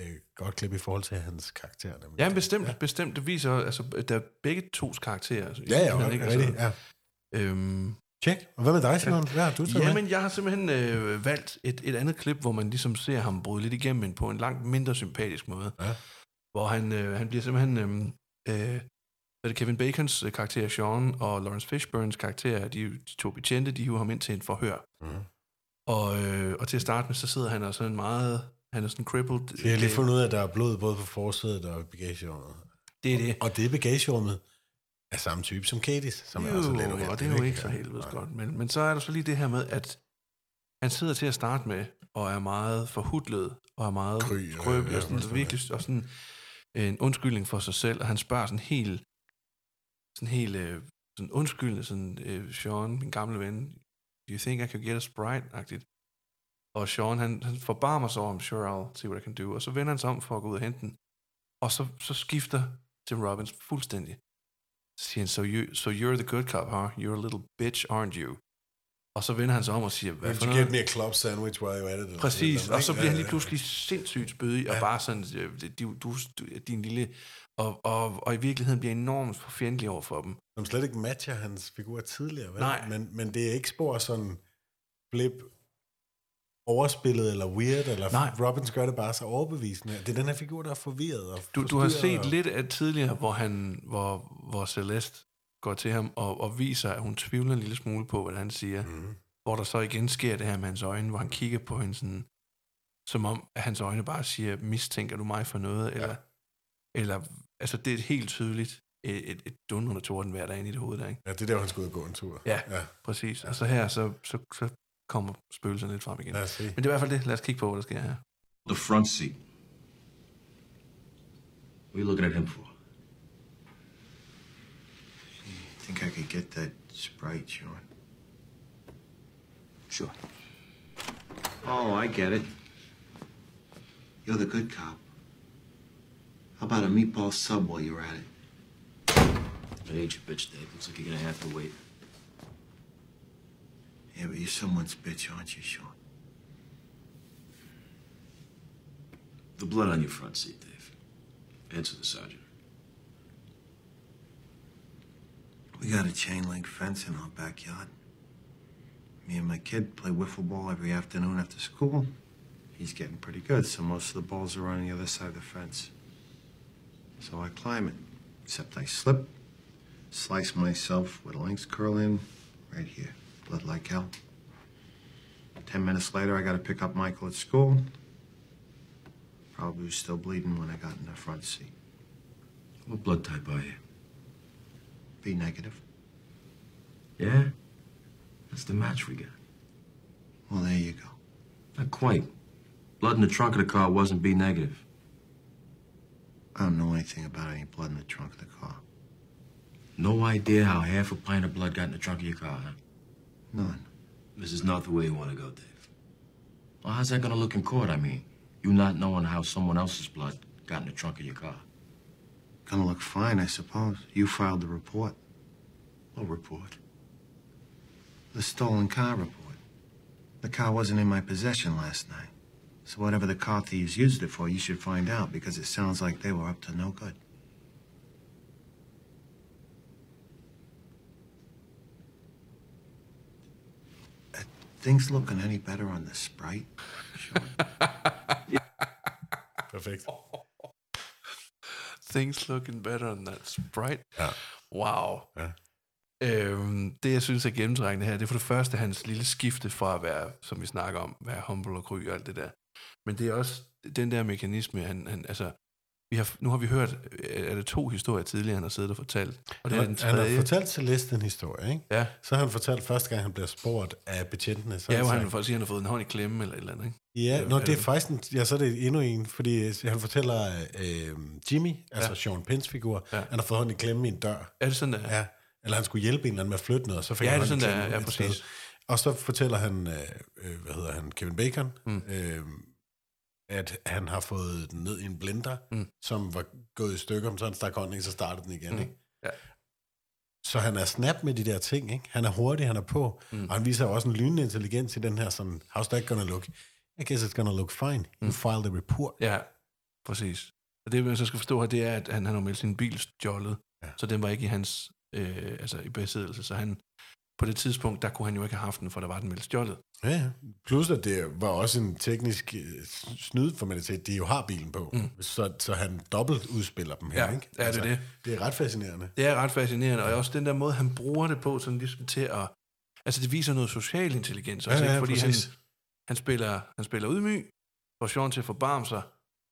Speaker 5: øh, godt klip i forhold til hans karakter. nemlig.
Speaker 4: ja bestemt, ja. bestemt. Det viser, altså, at der er begge tos karakterer. Altså,
Speaker 5: Ja, ja,
Speaker 4: men
Speaker 5: okay,
Speaker 4: ikke,
Speaker 5: rigtigt. Ja.
Speaker 4: Øhm,
Speaker 5: Tjek. Og hvad med dig, Simon? Hvad har du taget med?
Speaker 4: Jamen, jeg har simpelthen øh, valgt et, et andet klip, hvor man ligesom ser ham bryde lidt igennem, men på en langt mindre sympatisk måde.
Speaker 5: Ja.
Speaker 4: Hvor han, øh, han bliver simpelthen... Øh, øh, hvad er det Kevin Bacons øh, karakter, Sean, og Lawrence Fishburns karakter, de, de to betjente, de hiver ham ind til en forhør. Mm. Og, øh, og til at starte med, så sidder han og sådan meget... Han er sådan crippled. Øh,
Speaker 5: Jeg har lige fundet ud af, at der er blod både på forsædet og i bagagerummet.
Speaker 4: Det er det.
Speaker 5: Og det bagagerummet er samme type som Katie's, som er også lidt
Speaker 4: Jo,
Speaker 5: uheldig.
Speaker 4: og det er jo ikke så helvedes godt. Men, men så er der så lige det her med, at han sidder til at starte med, og er meget forhudlet, og er meget
Speaker 5: Kry, ja,
Speaker 4: krøbelig,
Speaker 5: ja,
Speaker 4: og sådan,
Speaker 5: fuldstændig.
Speaker 4: virkelig og sådan en undskyldning for sig selv, og han spørger sådan helt, sådan helt øh, sådan undskyldende, sådan, øh, Sean, min gamle ven, do you think I could get a Sprite-agtigt? Og Sean, han, han forbarmer sig over, I'm sure I'll see what I can do, og så vender han sig om for at gå ud og hente den, og så, så skifter Tim Robbins fuldstændig. Så siger han, so, you, so you're the good cop, huh? You're a little bitch, aren't you? Og så vender han sig om og siger, hvad for
Speaker 5: Would you get
Speaker 4: noget?
Speaker 5: me a club sandwich while you're at it? Eller sådan
Speaker 4: Præcis,
Speaker 5: noget,
Speaker 4: og så
Speaker 5: ikke?
Speaker 4: bliver han
Speaker 5: Ja,
Speaker 4: lige pludselig sindssygt spødig, og bare sådan, øh, du, du, du din lille, og, og, og i virkeligheden bliver enormt forfjendelig over for dem.
Speaker 5: Som slet ikke matcher hans figur tidligere, vel?
Speaker 4: Nej.
Speaker 5: Men, men det er ikke spor sådan flip overspillet eller weird, eller
Speaker 4: Nej.
Speaker 5: Robbins gør det bare så overbevisende. Det er den her figur, der er forvirret. Og
Speaker 4: Du, du har
Speaker 5: forstyrret
Speaker 4: set
Speaker 5: og-
Speaker 4: lidt af tidligere, hvor, han, hvor, hvor Celeste går til ham og, og viser, at hun tvivler en lille smule på, hvad han siger.
Speaker 5: Mhm.
Speaker 4: Mm. Hvor der så igen sker det her med hans øjne, hvor han kigger på hende sådan, som om at hans øjne bare siger, mistænker du mig for noget? Eller, eller altså det er helt tydeligt et, et, et dund under torden hver dag ind i det hoved der, ikke?
Speaker 5: Ja, det er der, hvor han skal ud og gå en tur.
Speaker 4: Ja.
Speaker 5: ja.
Speaker 4: Præcis. Og så her, så, så, så kommer spøgelserne lidt frem igen.
Speaker 5: Lad os se.
Speaker 4: Men det er i hvert fald det. Lad os kigge på, hvad der sker her.
Speaker 8: The front seat. What are you looking at him for?
Speaker 9: Think I could get that sprite, Sean?
Speaker 8: Sure. Oh, I get it.
Speaker 9: You're the good cop. How about a meatball sub while you're at it?
Speaker 8: It ain't your bitch, Dave. Looks like you're gonna have to wait.
Speaker 9: Yeah, but you're someone's bitch, aren't you, Sean?
Speaker 8: The blood on your front seat, Dave. Answer the sergeant.
Speaker 9: We got a chain link fence in our backyard. Me and my kid play wiffle ball every afternoon after school. He's getting pretty good, so most of the balls are on the other side of the fence. So I climb it, except I slip, slice myself with a lynx curl in, right here, blood like hell. Ten minutes later, I got to pick up Michael at school. Probably was still bleeding when I got in the front seat.
Speaker 8: What blood type are you?
Speaker 9: Be negative.
Speaker 8: Yeah? That's the match we got.
Speaker 9: Well, there you go.
Speaker 8: Not quite. Blood in the trunk of the car wasn't B negative.
Speaker 9: I don't know anything about any blood in the trunk of the car.
Speaker 8: No idea how half a pint of blood got in the trunk of your car, huh?
Speaker 9: None.
Speaker 8: This is not the way you want to go, Dave. Well, how's that going to look in court? I mean, you not knowing how someone else's blood got in the trunk of your car.
Speaker 9: Gonna look fine, I suppose. You filed the report.
Speaker 8: What report?
Speaker 9: The stolen car report. The car wasn't in my possession last night. So whatever the car thieves used it for, you should find out because it sounds like they were up to no good. Uh, Things looking any better on the sprite?
Speaker 4: [LAUGHS]
Speaker 5: Perfekt.
Speaker 4: Things looking better than that Sprite.
Speaker 5: Ja.
Speaker 4: Wow.
Speaker 5: Ja.
Speaker 4: Øhm, det, jeg synes er gennemtrængende her, det er for det første hans lille skifte fra at være, som vi snakker om, være humble og kry og alt det der. Men det er også den der mekanisme, han, han altså, vi har, nu har vi hørt, øh, er det to historier tidligere, han har siddet og fortalt. Og det er den
Speaker 5: Han
Speaker 4: tredje.
Speaker 5: har fortalt Celeste en historie, ikke?
Speaker 4: Ja.
Speaker 5: Så har han fortalt første gang, han bliver spurgt af betjentene. Så
Speaker 4: Ja, hvor
Speaker 5: sagt,
Speaker 4: han faktisk siger, han har fået en hånd i klemme eller et eller andet, ikke?
Speaker 5: Ja, nå, det er
Speaker 4: eller-
Speaker 5: faktisk en, ja, så er det endnu en, fordi han fortæller øh, Jimmy, altså Sean Penns figur,
Speaker 4: Ja.
Speaker 5: han har fået hånden i klemme i en dør.
Speaker 4: Er det sådan, der?
Speaker 5: Ja. Eller han skulle hjælpe en eller anden med at flytte noget, og så fik
Speaker 4: Ja,
Speaker 5: han
Speaker 4: det er
Speaker 5: hånden i
Speaker 4: sådan,
Speaker 5: klemme
Speaker 4: der- ja,
Speaker 5: et sted.
Speaker 4: præcis.
Speaker 5: Og så fortæller han, øh, øh, hvad hedder han, Kevin Bacon,
Speaker 4: Mm.
Speaker 5: mm. øh, at han har fået den ned i en blender,
Speaker 4: Mm.
Speaker 5: mm. som var gået i stykker, men så han stak hånden i, så startede den igen,
Speaker 4: Mm.
Speaker 5: mm. ikke?
Speaker 4: Ja.
Speaker 5: Så han er snap med de der ting, ikke? Han er hurtig, han er på, mm. og han viser jo også en lynende intelligens i den her sådan, how's that gonna look? I guess it's gonna look fine. You
Speaker 4: Mm.
Speaker 5: file the report.
Speaker 4: Ja, præcis. Og det, man så skal forstå her, det er, at han, han har meldt sin bil stjålet, ja.
Speaker 5: Ja.
Speaker 4: så den var ikke i hans øh, altså i besiddelse, så han på det tidspunkt, der kunne han jo ikke have haft den, for der var den meldt stjålet.
Speaker 5: Ja, ja. Plus at det var også en teknisk øh, snyd for mentalitet, de jo har bilen på. Mm. Så, så han dobbelt udspiller dem her,
Speaker 4: Ja,
Speaker 5: ikke? Altså,
Speaker 4: ja, det er det.
Speaker 5: Det er ret fascinerende.
Speaker 4: Det er ret fascinerende, og også den der måde, han bruger det på, sådan ligesom til at... Altså, det viser noget social intelligens også,
Speaker 5: Ja, ja,
Speaker 4: ikke? fordi han,
Speaker 5: præcis.
Speaker 4: han, spiller, han spiller ydmyg, får Sean til at forbarme sig,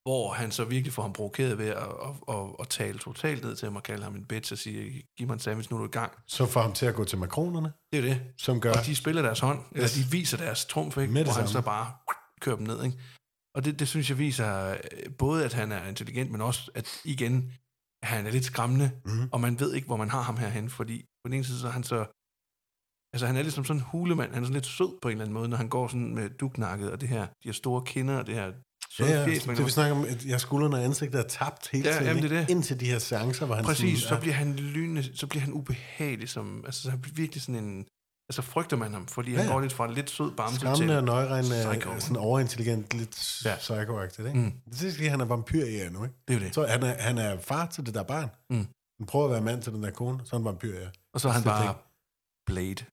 Speaker 4: hvor han så virkelig får ham provokeret ved at, at, at, at tale totalt ned til ham og kalde ham en bitch og sige, giv mig en sandwich, nu er du i gang.
Speaker 5: Så får ham til at gå til makronerne,
Speaker 4: Det er jo det.
Speaker 5: som gør...
Speaker 4: Og de spiller deres hånd, eller
Speaker 5: Yes.
Speaker 4: de viser deres trumf, ikke?
Speaker 5: Med det
Speaker 4: hvor han så
Speaker 5: samme.
Speaker 4: bare kører dem ned. Ikke? Og det, det synes jeg viser øh, både, at han er intelligent, men også, at igen, at han er lidt skræmmende, mm.
Speaker 5: Mhm.
Speaker 4: og man ved ikke, hvor man har ham herhen, fordi på den ene side, så er han så... Altså, han er ligesom sådan en hulemand. Han er sådan lidt sød på en eller anden måde, når han går sådan med duknakket og det her, de her store kinder og det her søde
Speaker 5: ja, ja,
Speaker 4: fjes. man kan-
Speaker 5: det vi snakker om, at jeg skuldrene og ansigtet er tabt hele
Speaker 4: Ja,
Speaker 5: tiden,
Speaker 4: jamen,
Speaker 5: ikke?
Speaker 4: det er det.
Speaker 5: indtil de her seancer, hvor han
Speaker 4: Præcis, så
Speaker 5: sådan,
Speaker 4: bliver han lynende, så bliver han ubehagelig, som, altså så han bliver virkelig sådan en, altså frygter man ham, fordi han
Speaker 5: Ja, ja.
Speaker 4: går lidt fra en lidt sød bamse til
Speaker 5: skræmmende og nøjregnende,
Speaker 4: psycho.
Speaker 5: er sådan overintelligent, lidt
Speaker 4: Ja.
Speaker 5: ja. psychoagtigt. Ikke?
Speaker 4: Mm.
Speaker 5: Mm. Det er fordi, han er vampyr i nu, ikke?
Speaker 4: Det er jo det.
Speaker 5: Så han er, han er far til det der barn.
Speaker 4: Mm.
Speaker 5: Han prøver at være mand til den der kone, så er han vampyr, ja.
Speaker 4: Og så er han
Speaker 5: Slet
Speaker 4: bare
Speaker 5: ikke.
Speaker 4: Blade.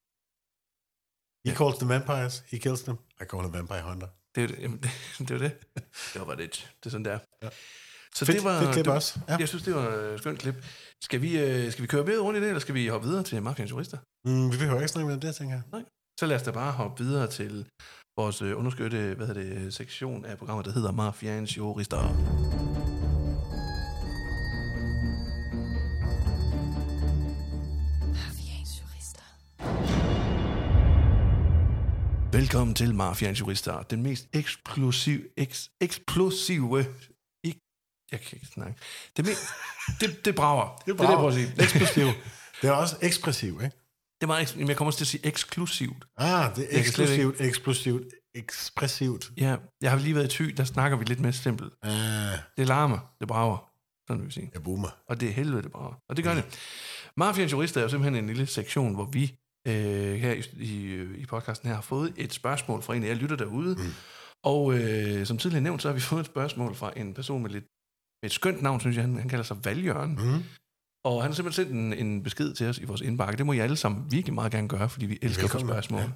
Speaker 5: He calls them vampires, he kills them. I call him vampire hunter.
Speaker 4: Det er jo det. Jamen, [LAUGHS] det, det, var det. det var det. Det er sådan der. Ja. Så
Speaker 5: Fedt- fedt klip
Speaker 4: det,
Speaker 5: også.
Speaker 4: Ja.
Speaker 5: Ja.
Speaker 4: Jeg synes, det var et skønt klip. Skal vi, øh, skal vi køre videre rundt i det, eller skal vi hoppe videre til Mafians Jurister?
Speaker 5: Mm, vi behøver ikke snakke mere om det, tænker jeg.
Speaker 4: Så lad os da bare hoppe videre til vores øh, underskøtte hvad hedder det, sektion af programmet, der hedder Mafians Jurister. Velkommen til Mafians Jurister, den mest eksklusiv, eks, eksplosive... Ik, jeg kan ikke snakke. Det, me, det, det brager. Det, er det, jeg prøver at sige.
Speaker 5: Ekspressiv. Det er også ekspressiv, ikke?
Speaker 4: Det er meget, eks- jamen, jeg kommer også til at sige eksklusivt.
Speaker 5: Ah, det
Speaker 4: slet
Speaker 5: er eksplosivt, eksplosivt, ekspressivt.
Speaker 4: Ja, jeg har lige været i ty, der snakker vi lidt mere simpelt.
Speaker 5: Ah,
Speaker 4: Det larmer, det brager, sådan vil vi sige.
Speaker 5: jeg boomer. Mm.
Speaker 4: Og det er helvede, det brager. Og det gør det. Mafians Jurister er jo simpelthen en lille sektion, hvor vi øh, her i, i, i podcasten her har fået et spørgsmål fra en af jer lytter derude. Mm. Og øh, som tidligere nævnt, så har vi fået et spørgsmål fra en person med lidt med et skønt navn, synes jeg. Han, han kalder sig Valjørn.
Speaker 5: Mm.
Speaker 4: Og han har simpelthen sendt en, en besked til os i vores indbakke. Det må I alle sammen virkelig meget gerne gøre, fordi vi elsker at få
Speaker 5: Velkommen,
Speaker 4: spørgsmål. Ja.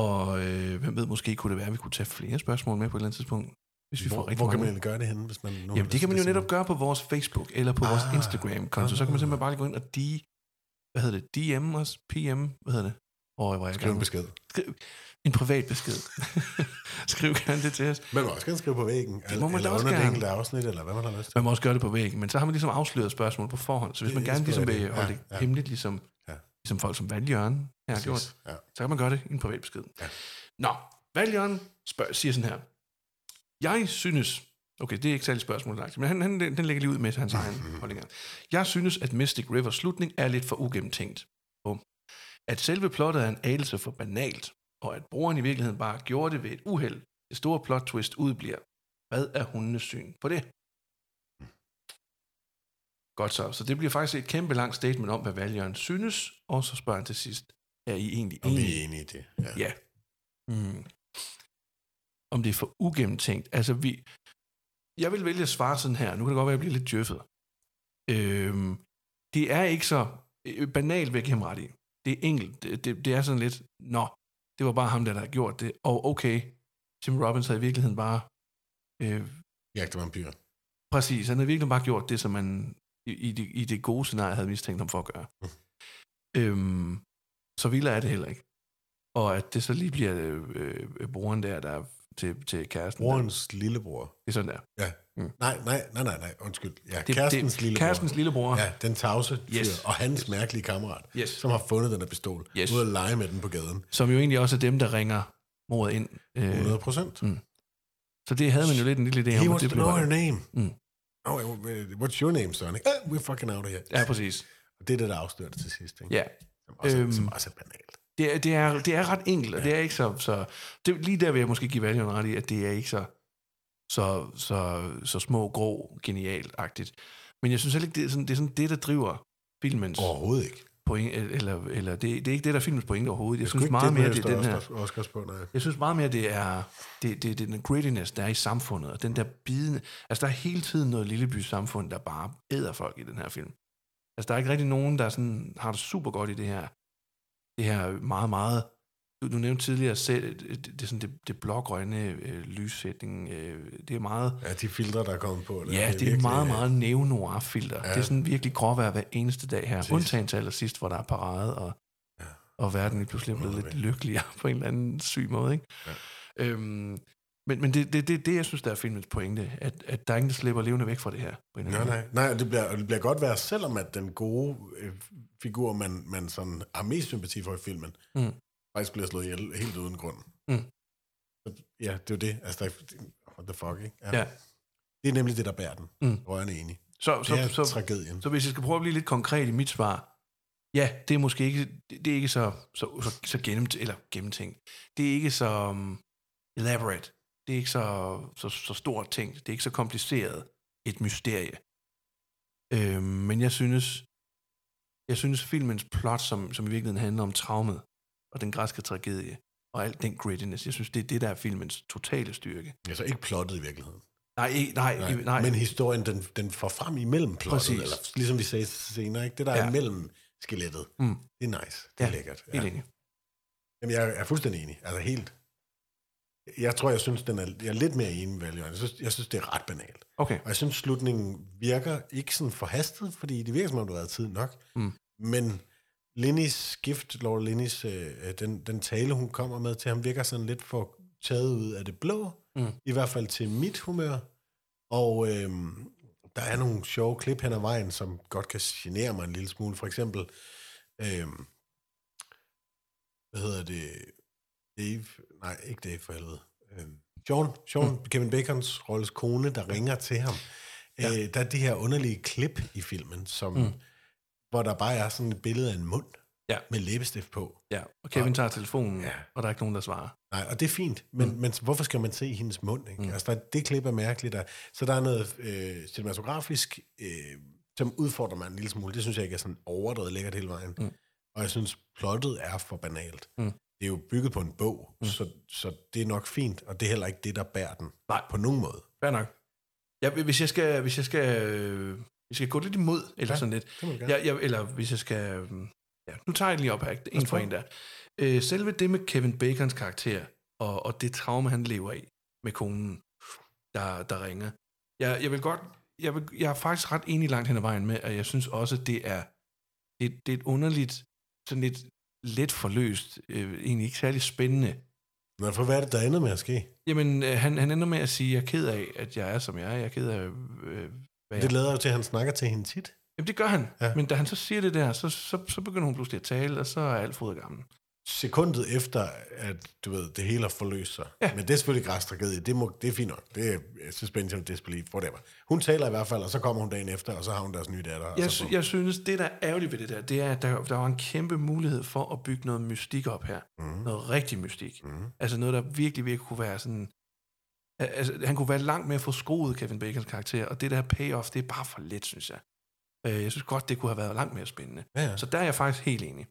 Speaker 4: Og øh, hvem ved, måske kunne det være, at vi kunne tage flere spørgsmål med på et eller andet tidspunkt, hvis vi får
Speaker 5: Hvor,
Speaker 4: rigtig
Speaker 5: hvor kan
Speaker 4: mange.
Speaker 5: man gøre det henne, hvis man... Nu
Speaker 4: Jamen, det kan man jo netop gøre på vores Facebook eller på vores
Speaker 5: Ah.
Speaker 4: Instagram-konto. Så kan man simpelthen bare lige gå ind og de, hvad hedder det, DM os, PM, hvad hedder det? Og hvor er jeg
Speaker 5: Skriv en
Speaker 4: gerne-
Speaker 5: besked.
Speaker 4: Skriv en privat besked. [LAUGHS] Skriv gerne det til os.
Speaker 5: Man må også gerne skrive på væggen, det
Speaker 4: må man da
Speaker 5: eller
Speaker 4: også
Speaker 5: under det
Speaker 4: gerne.
Speaker 5: enkelte afsnit, eller hvad man har lyst til.
Speaker 4: Man må også gøre det på væggen, men så har man ligesom afsløret spørgsmål på forhånd. Så hvis
Speaker 5: Det-
Speaker 4: man
Speaker 5: det
Speaker 4: gerne ligesom
Speaker 5: skulle være
Speaker 4: vil
Speaker 5: det.
Speaker 4: holde
Speaker 5: Ja,
Speaker 4: det
Speaker 5: ja.
Speaker 4: hemmeligt, ligesom,
Speaker 5: Ja.
Speaker 4: ligesom folk som Valjørn har
Speaker 5: Præcis,
Speaker 4: gjort,
Speaker 5: ja.
Speaker 4: så kan man gøre det i en privat besked.
Speaker 5: Ja.
Speaker 4: Nå, Valjørn spørg, siger sådan her. Jeg synes... Okay, det er ikke særlig spørgsmål, lagt, men han, han, den den lægger lige ud med hans egen holdninger. Jeg synes, at Mystic Rivers slutning er lidt for ugennemtænkt. Bum. At selve plottet er en anelse for banalt, og at brugeren i virkeligheden bare gjorde det ved et uheld. Det store plot twist udbliver. Hvad er hundenes syn på det? Godt så. Så det bliver faktisk et kæmpe langt statement om, hvad valgeren synes, og så spørger han til sidst, er I egentlig
Speaker 5: Og vi
Speaker 4: enige?
Speaker 5: er enige i det. Ja.
Speaker 4: Ja. Mm. Om det er for ugennemtænkt. Altså, vi... Jeg vil vælge at svare sådan her. Nu kan det godt være, at jeg bliver lidt djøffet. Øhm, det er ikke så øh, banalt, vil jeg give ham ret i. Det er enkelt. Det, det, det er sådan lidt, nå, det var bare ham, der, der havde gjort det. Og okay, Tim Robbins havde i virkeligheden bare... Øh,
Speaker 5: Jagter vampyr. Mm.
Speaker 4: Præcis, han havde virkelig bare gjort det, som man i, i, det, i det gode scenarie havde mistænkt ham for at gøre. Øhm, så vildere er det heller ikke. Og at det så lige bliver øh, øh, broren der, der er til, til kæresten. der-
Speaker 5: Brorens lillebror.
Speaker 4: Det er sådan der.
Speaker 5: Ja.
Speaker 4: Mm.
Speaker 5: Nej, nej, nej, nej, nej, undskyld. Ja,
Speaker 4: det-
Speaker 5: det, kærestens det, lillebror.
Speaker 4: kærestens lillebror.
Speaker 5: Ja, den tavse fyr,
Speaker 4: Yes.
Speaker 5: og hans yes. mærkelige kammerat,
Speaker 4: Yes.
Speaker 5: som har fundet den her pistol,
Speaker 4: Yes.
Speaker 5: ude at lege med den på gaden.
Speaker 4: Som jo egentlig også er dem, der ringer mordet ind. Øh,
Speaker 5: 100 procent.
Speaker 4: Mm. så det havde man jo lidt en lille idé
Speaker 5: He
Speaker 4: om. at
Speaker 5: wants
Speaker 4: det
Speaker 5: to
Speaker 4: blev
Speaker 5: know
Speaker 4: bare-
Speaker 5: her name.
Speaker 4: Mm.
Speaker 5: Oh, eh, what's your name, Sonic? Uh, we're fucking out of here.
Speaker 4: Ja, præcis.
Speaker 5: Og det er det, der afslører det til sidst. Ikke?
Speaker 4: Ja.
Speaker 5: Som, også, øhm, som
Speaker 4: Øhm.
Speaker 5: også er banalt.
Speaker 4: Det er, det er, det er ret enkelt, og det er ikke så... så det, lige der vil jeg måske give Valiant ret i, at det er ikke så, så, så, så små, grå, genialt-agtigt. Men jeg synes heller ikke, det er sådan det, er sådan det der driver filmens oh.
Speaker 5: Overhovedet ikke.
Speaker 4: point, eller, eller det, det er ikke det, der er filmens pointe overhovedet. Jeg,
Speaker 5: Jeg
Speaker 4: synes meget mere, det er den her...
Speaker 5: her. Oscars på, nej.
Speaker 4: Jeg synes meget mere, det er, det, det, det er den grittiness, der er i samfundet, og den der bidende... Altså, der er hele tiden noget lilleby samfund, der bare æder folk i den her film. Altså, der er ikke rigtig nogen, der sådan, har det super godt i det her, det her meget, meget... Du, du nævnte tidligere selv, det, det, er sådan, det, det blågrønne øh, lyssætning, øh, det er meget...
Speaker 5: Ja, de filtre, der er kommet på.
Speaker 4: Ja, det er
Speaker 5: virkelig-
Speaker 4: meget, meget neo-noir-filter. Ja.
Speaker 5: Ja.
Speaker 4: Det er sådan virkelig gråvejr hver eneste dag her.
Speaker 5: Præcis.
Speaker 4: Undtagen til allersidst, hvor der er parade, og, ja.
Speaker 5: Ja.
Speaker 4: og verden er pludselig blevet lidt
Speaker 5: Underligt.
Speaker 4: lykkeligere [LAUGHS] på en eller anden syg måde. Ikke?
Speaker 5: Ja.
Speaker 4: Øhm, men men det, det, det, det, jeg synes, der er filmens pointe, at, at der er ingen, der slipper levende væk fra det her. På en eller
Speaker 5: Nej,
Speaker 4: anden
Speaker 5: nej. nej og det, bliver, og det bliver godt værd, selvom at den gode øh, figur, man, man sådan har mest sympati for i filmen,
Speaker 4: Mm.
Speaker 5: faktisk bliver slået ihjel helt uden grund.
Speaker 4: Mm.
Speaker 5: Så, ja, det er jo det. Altså, der, er- what the fuck, ikke?
Speaker 4: måde. Ja.
Speaker 5: Det er nemlig det, der bærer den.
Speaker 4: Mm.
Speaker 5: Rørende enig.
Speaker 4: Så,
Speaker 5: Det er
Speaker 4: så, så, så,
Speaker 5: tragedien.
Speaker 4: så, hvis jeg skal prøve at blive lidt konkret i mit svar, ja, det er måske ikke, det, det er ikke så, så, så, så gennemt, eller gennemtænkt. Det er ikke så um, elaborate. Det er ikke så, så, så stort ting. Det er ikke så kompliceret et mysterie. Øh, men jeg synes, jeg synes filmens plot, som, som i virkeligheden handler om traumet og den græske tragedie, og alt den grittiness, jeg synes, det er det, der er filmens totale styrke.
Speaker 5: Altså, ikke plottet i virkeligheden.
Speaker 4: Nej, ikke- nej, nej. nej.
Speaker 5: Men historien, den, den får frem imellem plottet.
Speaker 4: Præcis.
Speaker 5: Præcis. Eller, ligesom vi sagde senere, ikke? Det, der
Speaker 4: Ja.
Speaker 5: er imellem skelettet.
Speaker 4: Mm.
Speaker 5: Det er nice. Det er
Speaker 4: Ja,
Speaker 5: lækkert.
Speaker 4: Helt enig.
Speaker 5: Jamen, jeg er fuldstændig enig. Altså helt. Jeg tror, jeg synes, den er, jeg er lidt mere enig med Valjean. Jeg synes, jeg synes, det er ret banalt.
Speaker 4: Okay.
Speaker 5: Og jeg synes, slutningen virker ikke sådan forhastet, fordi det virker, som om du har været tid nok.
Speaker 4: Mm.
Speaker 5: Men Lennys skift, Laura Lennys, øh, øh, den, den tale, hun kommer med til ham, virker sådan lidt for taget ud af det blå.
Speaker 4: Mm.
Speaker 5: I hvert fald til mit humør. Og øh, der er nogle sjove klip hen ad vejen, som godt kan genere mig en lille smule. For eksempel, øh, hvad hedder det, Dave, nej, ikke Dave for helvede. Øh, Sean, Sean mm. Kevin Bacons rolles kone, der ringer til ham. Ja. Øh, der er de her underlige klip i filmen, som, mm. hvor der bare er sådan et billede af en mund
Speaker 4: Ja.
Speaker 5: med læbestift på.
Speaker 4: Ja, og Kevin tager telefonen, ja.
Speaker 5: Ja.
Speaker 4: og der er ikke nogen, der svarer.
Speaker 5: Nej, og det er fint, men, mm. men hvorfor skal man se hendes mund? Ikke? Mm. Altså, der, det klip er mærkeligt. Der. Så der er noget øh, cinematografisk, øh, som udfordrer mig en lille smule. Det synes jeg ikke er sådan overdrevet lækkert hele vejen. Mm. Og jeg synes, plottet er for banalt.
Speaker 4: Mm.
Speaker 5: Det er jo bygget på en bog, mm. så, så det er nok fint, og det er heller ikke det, der bærer den.
Speaker 4: Nej.
Speaker 5: På nogen måde.
Speaker 4: Fair nok. Ja, hvis jeg skal, hvis jeg skal, øh, hvis jeg skal gå lidt imod, eller ja,
Speaker 5: Ja,
Speaker 4: sådan lidt.
Speaker 5: det må du gerne.
Speaker 4: Ja, jeg, eller hvis jeg skal... øh, Ja, nu tager jeg den lige op her, en for
Speaker 5: prøve.
Speaker 4: en der. Øh, selve det med Kevin Bacons karakter, og, og det traume, han lever i med konen, der, der ringer. Jeg, jeg vil godt... Jeg, vil, jeg er faktisk ret enig langt hen ad vejen med, at jeg synes også, det er, det, det er et underligt, sådan lidt let forløst, øh, egentlig ikke særlig spændende
Speaker 5: Nå, for hvad er det, der ender med at ske? Ja.
Speaker 4: Jamen, øh, han, han ender med at sige, jeg er ked af, at jeg er, som jeg er. Jeg er ked af, øh, hvad jeg
Speaker 5: Det lader jo til, at han snakker til hende tit.
Speaker 4: Jamen, det gør han. Ja.
Speaker 5: Ja.
Speaker 4: Men da han så siger det der, så, så, så begynder hun pludselig at tale, og så er alt fod af gammen.
Speaker 5: Sekundet efter, at du ved, det hele har forløst sig. Ja. Men det er selvfølgelig græstragedie. Det, må, det er fint nok. Det er suspension of disbelief, whatever. Hun taler i hvert fald, og så kommer hun dagen efter, og så har hun deres nye datter. og
Speaker 4: Jeg,
Speaker 5: så
Speaker 4: sy- jeg synes, det der er ærgerligt ved det der, det er, at der, der var en kæmpe mulighed for at bygge noget mystik op her. Mm.
Speaker 5: Mhm.
Speaker 4: Noget rigtig mystik. Mm. Altså noget, der virkelig, virkelig kunne være sådan... Al- Altså, han kunne være langt mere forskruet, Kevin Bacons karakter, og det der payoff, det er bare for let, synes jeg. Øh, Jeg synes godt, det kunne have været langt mere spændende.
Speaker 5: Ja, ja.
Speaker 4: Så der er jeg faktisk helt enig.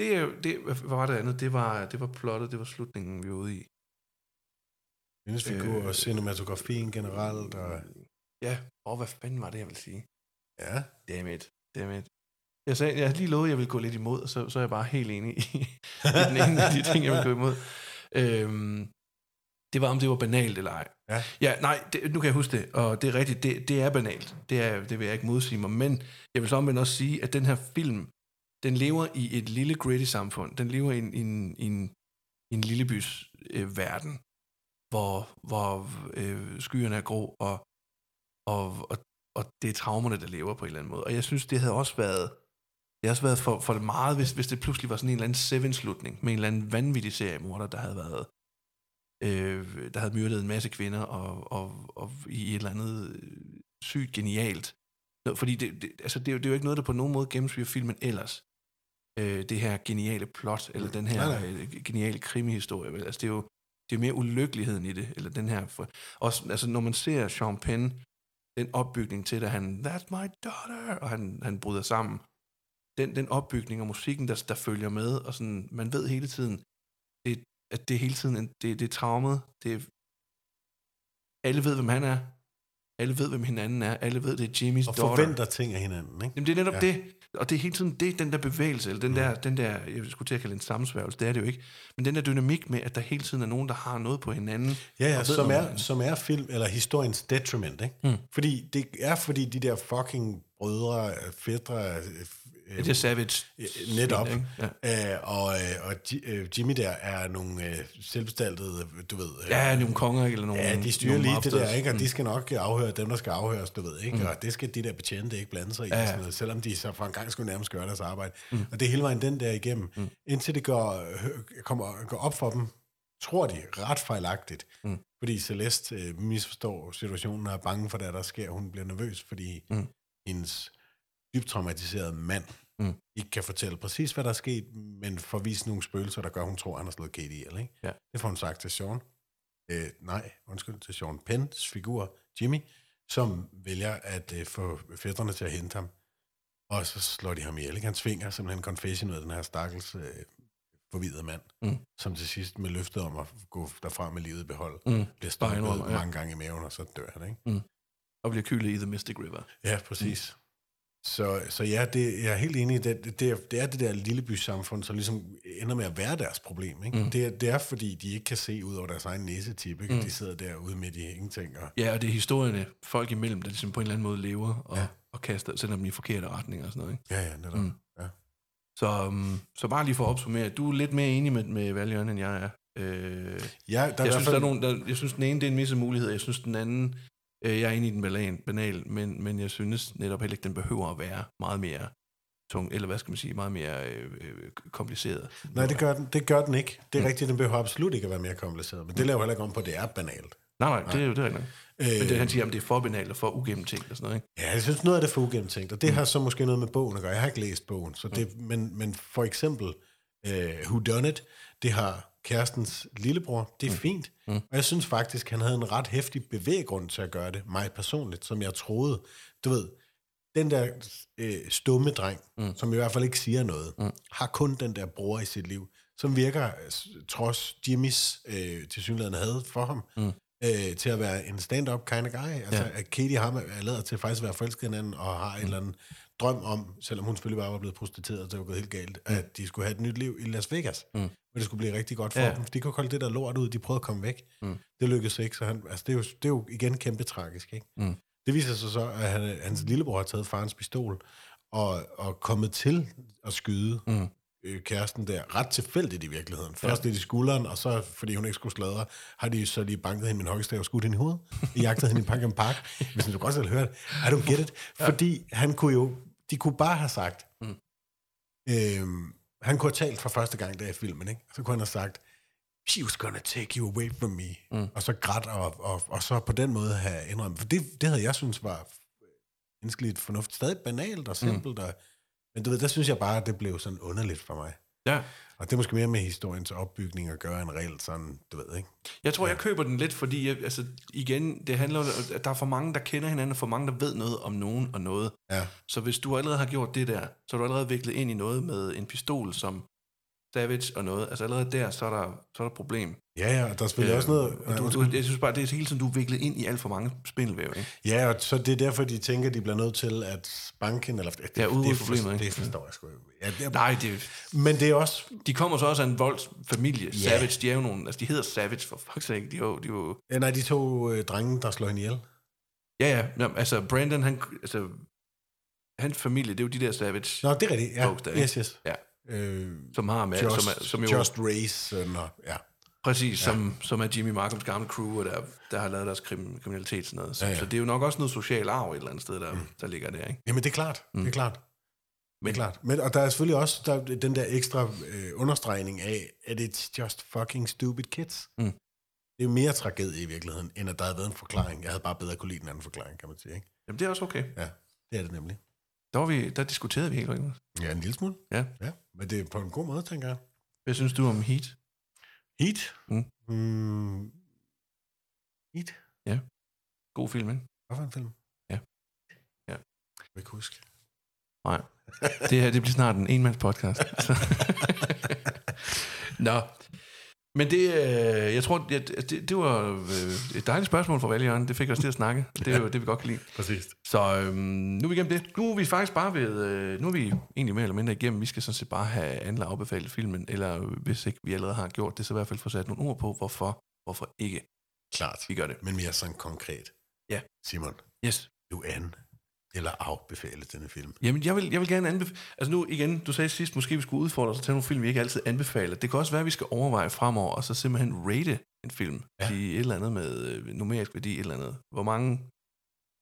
Speaker 4: Det, er jo- det hvad var det andet? Det var, det var plottet, det var slutningen, vi var ude i.
Speaker 5: Hendes figur
Speaker 4: Øh,
Speaker 5: og cinematografien generelt. Og,
Speaker 4: Ja, og hvad fanden var det, jeg ville sige?
Speaker 5: ja.
Speaker 4: Damn it. Damn it. Jeg, sagde, jeg havde lige lovet, at jeg ville gå lidt imod, og så, så er jeg bare helt enig i, i den ene af de ting, jeg ville gå imod. Øhm, det var, om det var banalt eller ej.
Speaker 5: Ja.
Speaker 4: ja nej, det, nu kan jeg huske det, og det er rigtigt, det, det er banalt. Det, er, det vil jeg ikke modsige mig, men jeg vil så omvendt også sige, at den her film den lever i et lille gritty samfund. Den lever i en, i en, i en, i en lille bys øh, verden, hvor, hvor øh, skyerne er grå, og, og, og, og det er traumerne, der lever på en eller anden måde. Og jeg synes, det havde også været, det havde også været for, for det meget, hvis, hvis det pludselig var sådan en eller anden seven-slutning med en eller anden vanvittig seriemorder, der havde været øh, der havde myrdet en masse kvinder og, og, og i et eller andet øh, sygt genialt. Nå, Fordi det, det, altså det, er jo- det er jo ikke noget, der på nogen måde gennemsyrer filmen ellers. Øh, det her geniale plot, eller den her
Speaker 5: Nej,
Speaker 4: øh, geniale krimihistorie. vel? Altså det er jo det er jo mere ulykkeligheden i det, eller den her... For, også, altså når man ser Sean Penn, den opbygning til, at han, that's my daughter, og han, han bryder sammen. Den, den opbygning og musikken, der, der følger med, og sådan, man ved hele tiden, det, at det er hele tiden, en- det, det er traumet, det er, alle ved, hvem han er, alle ved, hvem hinanden er, alle ved, det er Jimmys
Speaker 5: Og
Speaker 4: daughter.
Speaker 5: forventer ting af hinanden, ikke?
Speaker 4: Jamen, det er netop
Speaker 5: Ja. Mm.
Speaker 4: ja. det. Og det er hele tiden det, den der bevægelse, eller den, der, den der, jeg skulle til at kalde det en sammensværgelse, det er det jo ikke. Men den der dynamik med, at der hele tiden er nogen, der har noget på hinanden.
Speaker 5: Ja, ja
Speaker 4: og ved
Speaker 5: som,
Speaker 4: noget om
Speaker 5: er,
Speaker 4: hinanden.
Speaker 5: som er film, eller historiens detriment, ikke? Mm. Fordi det er fordi de der fucking brødre, fædre, øh, øh,
Speaker 4: Det er Savage.
Speaker 5: øh, netop,
Speaker 4: Ikke? Ja.
Speaker 5: øh, og, øh, og Ji- øh, Jimmy der er nogle øh, selvbestaltede, du ved, øh,
Speaker 4: Ja, nogle konger, ikke? Eller nogle,
Speaker 5: ja, de styrer lige det der,
Speaker 4: mobsters. Mm.
Speaker 5: ikke? og de skal nok afhøre dem, der skal afhøres, du ved, ikke? og det skal de der betjente ikke blande sig i, og sådan noget, selvom de så for en gang skulle nærmest gøre deres arbejde.
Speaker 4: Mm.
Speaker 5: Og det er hele vejen den der igennem, indtil det går, hø- kommer, går op for dem, tror de, ret fejlagtigt,
Speaker 4: Mm.
Speaker 5: fordi Celeste øh, misforstår situationen og er bange for det, der sker. Hun bliver nervøs, fordi mm. hendes dybt traumatiserede mand mm. ikke kan fortælle præcis, hvad der er sket, men forvise nogle spøgelser, der gør, at hun tror, at han har slået Katie ihjel. Ikke?
Speaker 4: Ja.
Speaker 5: Det får hun sagt til Sean. Øh, nej, undskyld, til Sean Penns figur, Jimmy, som vælger at øh, få fætterne til at hente ham. Og så slår de ham ihjel. Ikke? Han svinger simpelthen confession ud af den her stakkels øh, forvidede mand, mm. som til sidst med løftet om at gå derfra med livet i behold, mm. bliver stoppet
Speaker 4: indrømmer, ja.
Speaker 5: mange gange i maven, og så dør han. Ikke?
Speaker 4: Og bliver kylet i The Mystic River.
Speaker 5: Ja, præcis. Mm. Så, så ja, det, jeg er helt enig i, det, det, det, er, det er det der lillebysamfund, som ligesom ender med at være deres problem. Ikke? Mm. Det, er, det er, fordi de ikke kan se ud over deres egen næsetip. Ikke? Mm. De sidder derude midt i ingenting. Og,
Speaker 4: Ja, og det er historierne, folk imellem, der ligesom på en eller anden måde lever og, ja. og kaster, sender dem i forkerte retninger og sådan noget. Ikke?
Speaker 5: ja, ja, netop. Mm. Ja.
Speaker 4: Så, um, så bare lige for at opsummere, du er lidt mere enig med, med Valjørn, end jeg er. Øh,
Speaker 5: Ja, der,
Speaker 4: jeg, synes,
Speaker 5: fald,
Speaker 4: der er nogen, der, jeg synes, den ene det er en misset mulighed, jeg synes, den anden, øh, jeg er enig i den balan, banal, men, men jeg synes netop heller ikke, den behøver at være meget mere tung, eller hvad skal man sige, meget mere øh, øh, kompliceret.
Speaker 5: Nej, det gør, den, det gør den ikke. Det er mm. rigtigt, den behøver absolut ikke at være mere kompliceret. Men det laver heller ikke om på, at det er banalt.
Speaker 4: Nej, nej, det er jo det er rigtigt. nok. Men
Speaker 5: Øh.
Speaker 4: det, han siger, at det er for banalt og for ugennemtænkt og sådan noget. Ikke?
Speaker 5: Ja, jeg synes, noget af det er for ugennemtænkt, og det har så måske noget med bogen at gøre. Jeg har ikke læst bogen, så det, men, men for eksempel øh, Who Done It, det har kærestens lillebror, det er fint. Og jeg synes faktisk, han havde en ret hæftig bevæggrund til at gøre det, mig personligt, som jeg troede. Du ved, den der øh, stumme dreng, mm. som i hvert fald ikke siger noget, mm. har kun den der bror i sit liv, som virker, øh, s- trods Jimmys øh, tilsyneladende havde for ham, mm. øh, til at være en stand-up kind of guy. Altså, ja. at Katie og ham er- er lader til faktisk at være forelsket i hinanden, og har mm. en eller anden drøm om, selvom hun selvfølgelig bare var blevet prostitueret, og det var gået helt galt, mm. at de skulle have et nyt liv i Las Vegas. Mm. Men det skulle blive rigtig godt for ja.
Speaker 4: Ja.
Speaker 5: dem. De kunne holde det der lort ud, de prøvede at komme væk. Mm. Det lykkedes ikke, så han, altså, det, er jo, det er jo igen kæmpe tragisk, ikke? Mm. Det viser sig så, at han, hans lillebror har taget farens pistol og, og kommet til at skyde mm. øh, kæresten der ret tilfældigt i virkeligheden. Først lidt i skulderen, og så, fordi hun ikke skulle sladre, har de så lige banket hende med en hockeystav og skudt hende i hovedet. I jagtet hende i Pankham Park, hvis du godt selv hørt. I don't get it. Fordi han kunne jo, de kunne bare have sagt, mm. øhm, han kunne have talt for første gang der i filmen, ikke? Så kunne han have sagt, she was gonna take you away from me. Mm. Og så grædt, og, og, og så på den måde have indrømmet. For det, det havde jeg synes var menneskeligt fornuft. Stadig banalt og simpelt. Mm. Og, men du ved, der synes jeg bare, at det blev sådan underligt for mig.
Speaker 4: Ja.
Speaker 5: Og det er måske mere med historiens opbygning at gøre en regel sådan, du ved, ikke?
Speaker 4: Jeg tror, jeg køber den lidt, fordi jeg, altså, igen, det handler om, at der er for mange, der kender hinanden, og for mange, der ved noget om nogen og noget.
Speaker 5: Ja.
Speaker 4: Så hvis du allerede har gjort det der, så er du allerede viklet ind i noget med en pistol som Savage og noget. Altså allerede der, så er der, så er der et problem.
Speaker 5: Ja, ja, og der er selvfølgelig øh, også noget...
Speaker 4: og du, du, jeg synes bare, det er hele tiden, du er viklet ind i alt for mange spindelvæv. Ikke?
Speaker 5: Ja, og så det er derfor, de tænker, de bliver nødt til at banke hende, eller... Det,
Speaker 4: Ja, udrydde
Speaker 5: det, det,
Speaker 4: problemet,
Speaker 5: det,
Speaker 4: ikke?
Speaker 5: det forstår jeg sgu ikke. Ja, det er,
Speaker 4: Nej, det,
Speaker 5: Men det er også...
Speaker 4: de kommer så også af en voldsfamilie.
Speaker 5: Ja.
Speaker 4: Savage, de er jo nogen, altså de hedder Savage for fuck's sake. De er jo, de er jo,
Speaker 5: Ja, nej, de to øh, drenge, der slår hende ihjel.
Speaker 4: ja, ja, nå, altså Brandon, han, altså hans familie, det er jo de der Savage,
Speaker 5: Nå, det er rigtigt. Ja.
Speaker 4: Folks der, ikke?
Speaker 5: yes, yes.
Speaker 4: ja,
Speaker 5: Øh,
Speaker 4: som har med,
Speaker 5: just,
Speaker 4: som, er, som jo
Speaker 5: just Race. Og, ja.
Speaker 4: præcis, ja. som, som er Jimmy Markhams gamle crew, og der, der har lavet deres krim, kriminalitet og sådan noget. Så, ja,
Speaker 5: Ja,
Speaker 4: ja.
Speaker 5: ja.
Speaker 4: så det er jo nok også noget social arv et eller andet sted, der, mm. der ligger der, ikke?
Speaker 5: Jamen, det er klart. Mm. Det er klart.
Speaker 4: Men-
Speaker 5: Men, det er klart. Men, og der er selvfølgelig også der, er den der ekstra øh, understregning af, at it's just fucking stupid kids.
Speaker 4: Mm.
Speaker 5: Det er jo mere tragedie i virkeligheden, end at der havde været en forklaring. Jeg havde bare bedre kunne lide den anden forklaring, kan man sige. Ikke?
Speaker 4: Jamen, det er også okay.
Speaker 5: Ja, det er det nemlig.
Speaker 4: Der, var vi, der diskuterede vi helt rigtigt.
Speaker 5: Ja, en lille smule.
Speaker 4: Ja.
Speaker 5: ja. Men det er på en god måde, tænker jeg.
Speaker 4: Hvad synes du om Heat?
Speaker 5: Heat?
Speaker 4: Mm.
Speaker 5: Mm. Heat?
Speaker 4: God film, ikke?
Speaker 5: Hvad for en film?
Speaker 4: Ja. Ja.
Speaker 5: Jeg kan ikke huske.
Speaker 4: Nej. [LAUGHS] Det her, det bliver snart en enmands [LAUGHS] podcast. Nå. Men det, øh, jeg tror, det, det, det var øh, et dejligt spørgsmål fra Valjørn. Det fik os til at snakke. Det er jo det, vi godt kan lide.
Speaker 5: Præcis.
Speaker 4: Så øhm, nu er vi igennem det. Nu er vi faktisk bare ved... Øh, nu er vi egentlig mere eller mindre igennem. Vi skal sådan set bare have Anla afbefalet filmen, eller hvis ikke vi allerede har gjort det, så i hvert fald få sat nogle ord på, hvorfor, hvorfor ikke
Speaker 5: Klart.
Speaker 4: vi gør det.
Speaker 5: Men mere sådan konkret.
Speaker 4: Ja.
Speaker 5: Simon,
Speaker 4: Yes.
Speaker 5: du an eller afbefale denne film.
Speaker 4: Jamen, jeg vil, jeg vil gerne anbefale... Altså nu igen, du sagde sidst, måske vi skulle udfordre os til nogle film, vi ikke altid anbefaler. Det kan også være, at vi skal overveje fremover, og så simpelthen rate en film. Ja.
Speaker 5: Ja.
Speaker 4: Sige et eller andet med øh, numerisk værdi, et eller andet. Hvor mange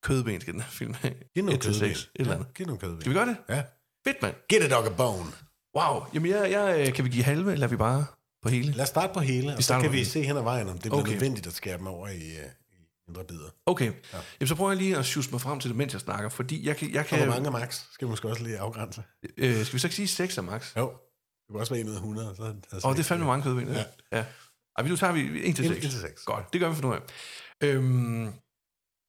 Speaker 4: kødben skal den her film have?
Speaker 5: Giv
Speaker 4: Et
Speaker 5: noget
Speaker 4: til
Speaker 5: kødben.
Speaker 4: seks, Et eller andet.
Speaker 5: Ja, giv noget kødben.
Speaker 4: Skal vi gøre det?
Speaker 5: Ja.
Speaker 4: Fedt, mand.
Speaker 5: Get a dog a bone.
Speaker 4: Wow. Jamen, jeg, jeg, øh, kan vi give halve, eller er vi bare på hele?
Speaker 5: Lad os starte på hele, og så
Speaker 4: starter
Speaker 5: kan
Speaker 4: på
Speaker 5: vi
Speaker 4: hele.
Speaker 5: se hen ad vejen, om det bliver
Speaker 4: Okay.
Speaker 5: okay. nødvendigt at skære dem over i, øh, i mindre bidder.
Speaker 4: Okay, ja. Jamen, så prøver jeg lige at sjusse mig frem til det, mens jeg snakker, fordi jeg kan... Jeg
Speaker 5: Og
Speaker 4: kan
Speaker 5: hvor mange af max skal vi måske også lige afgrænse?
Speaker 4: øh, skal vi så ikke sige 6 af max? Åh,
Speaker 5: Jo. Det kunne også være en ud af 100. Så er det altså
Speaker 4: ja. oh, det er fandme mange kødben. Ja.
Speaker 5: Ja.
Speaker 4: ja. Ej, men nu tager vi 1 til
Speaker 5: En-
Speaker 4: 6.
Speaker 5: en til seks.
Speaker 4: Godt, det gør vi for nu af. Øhm,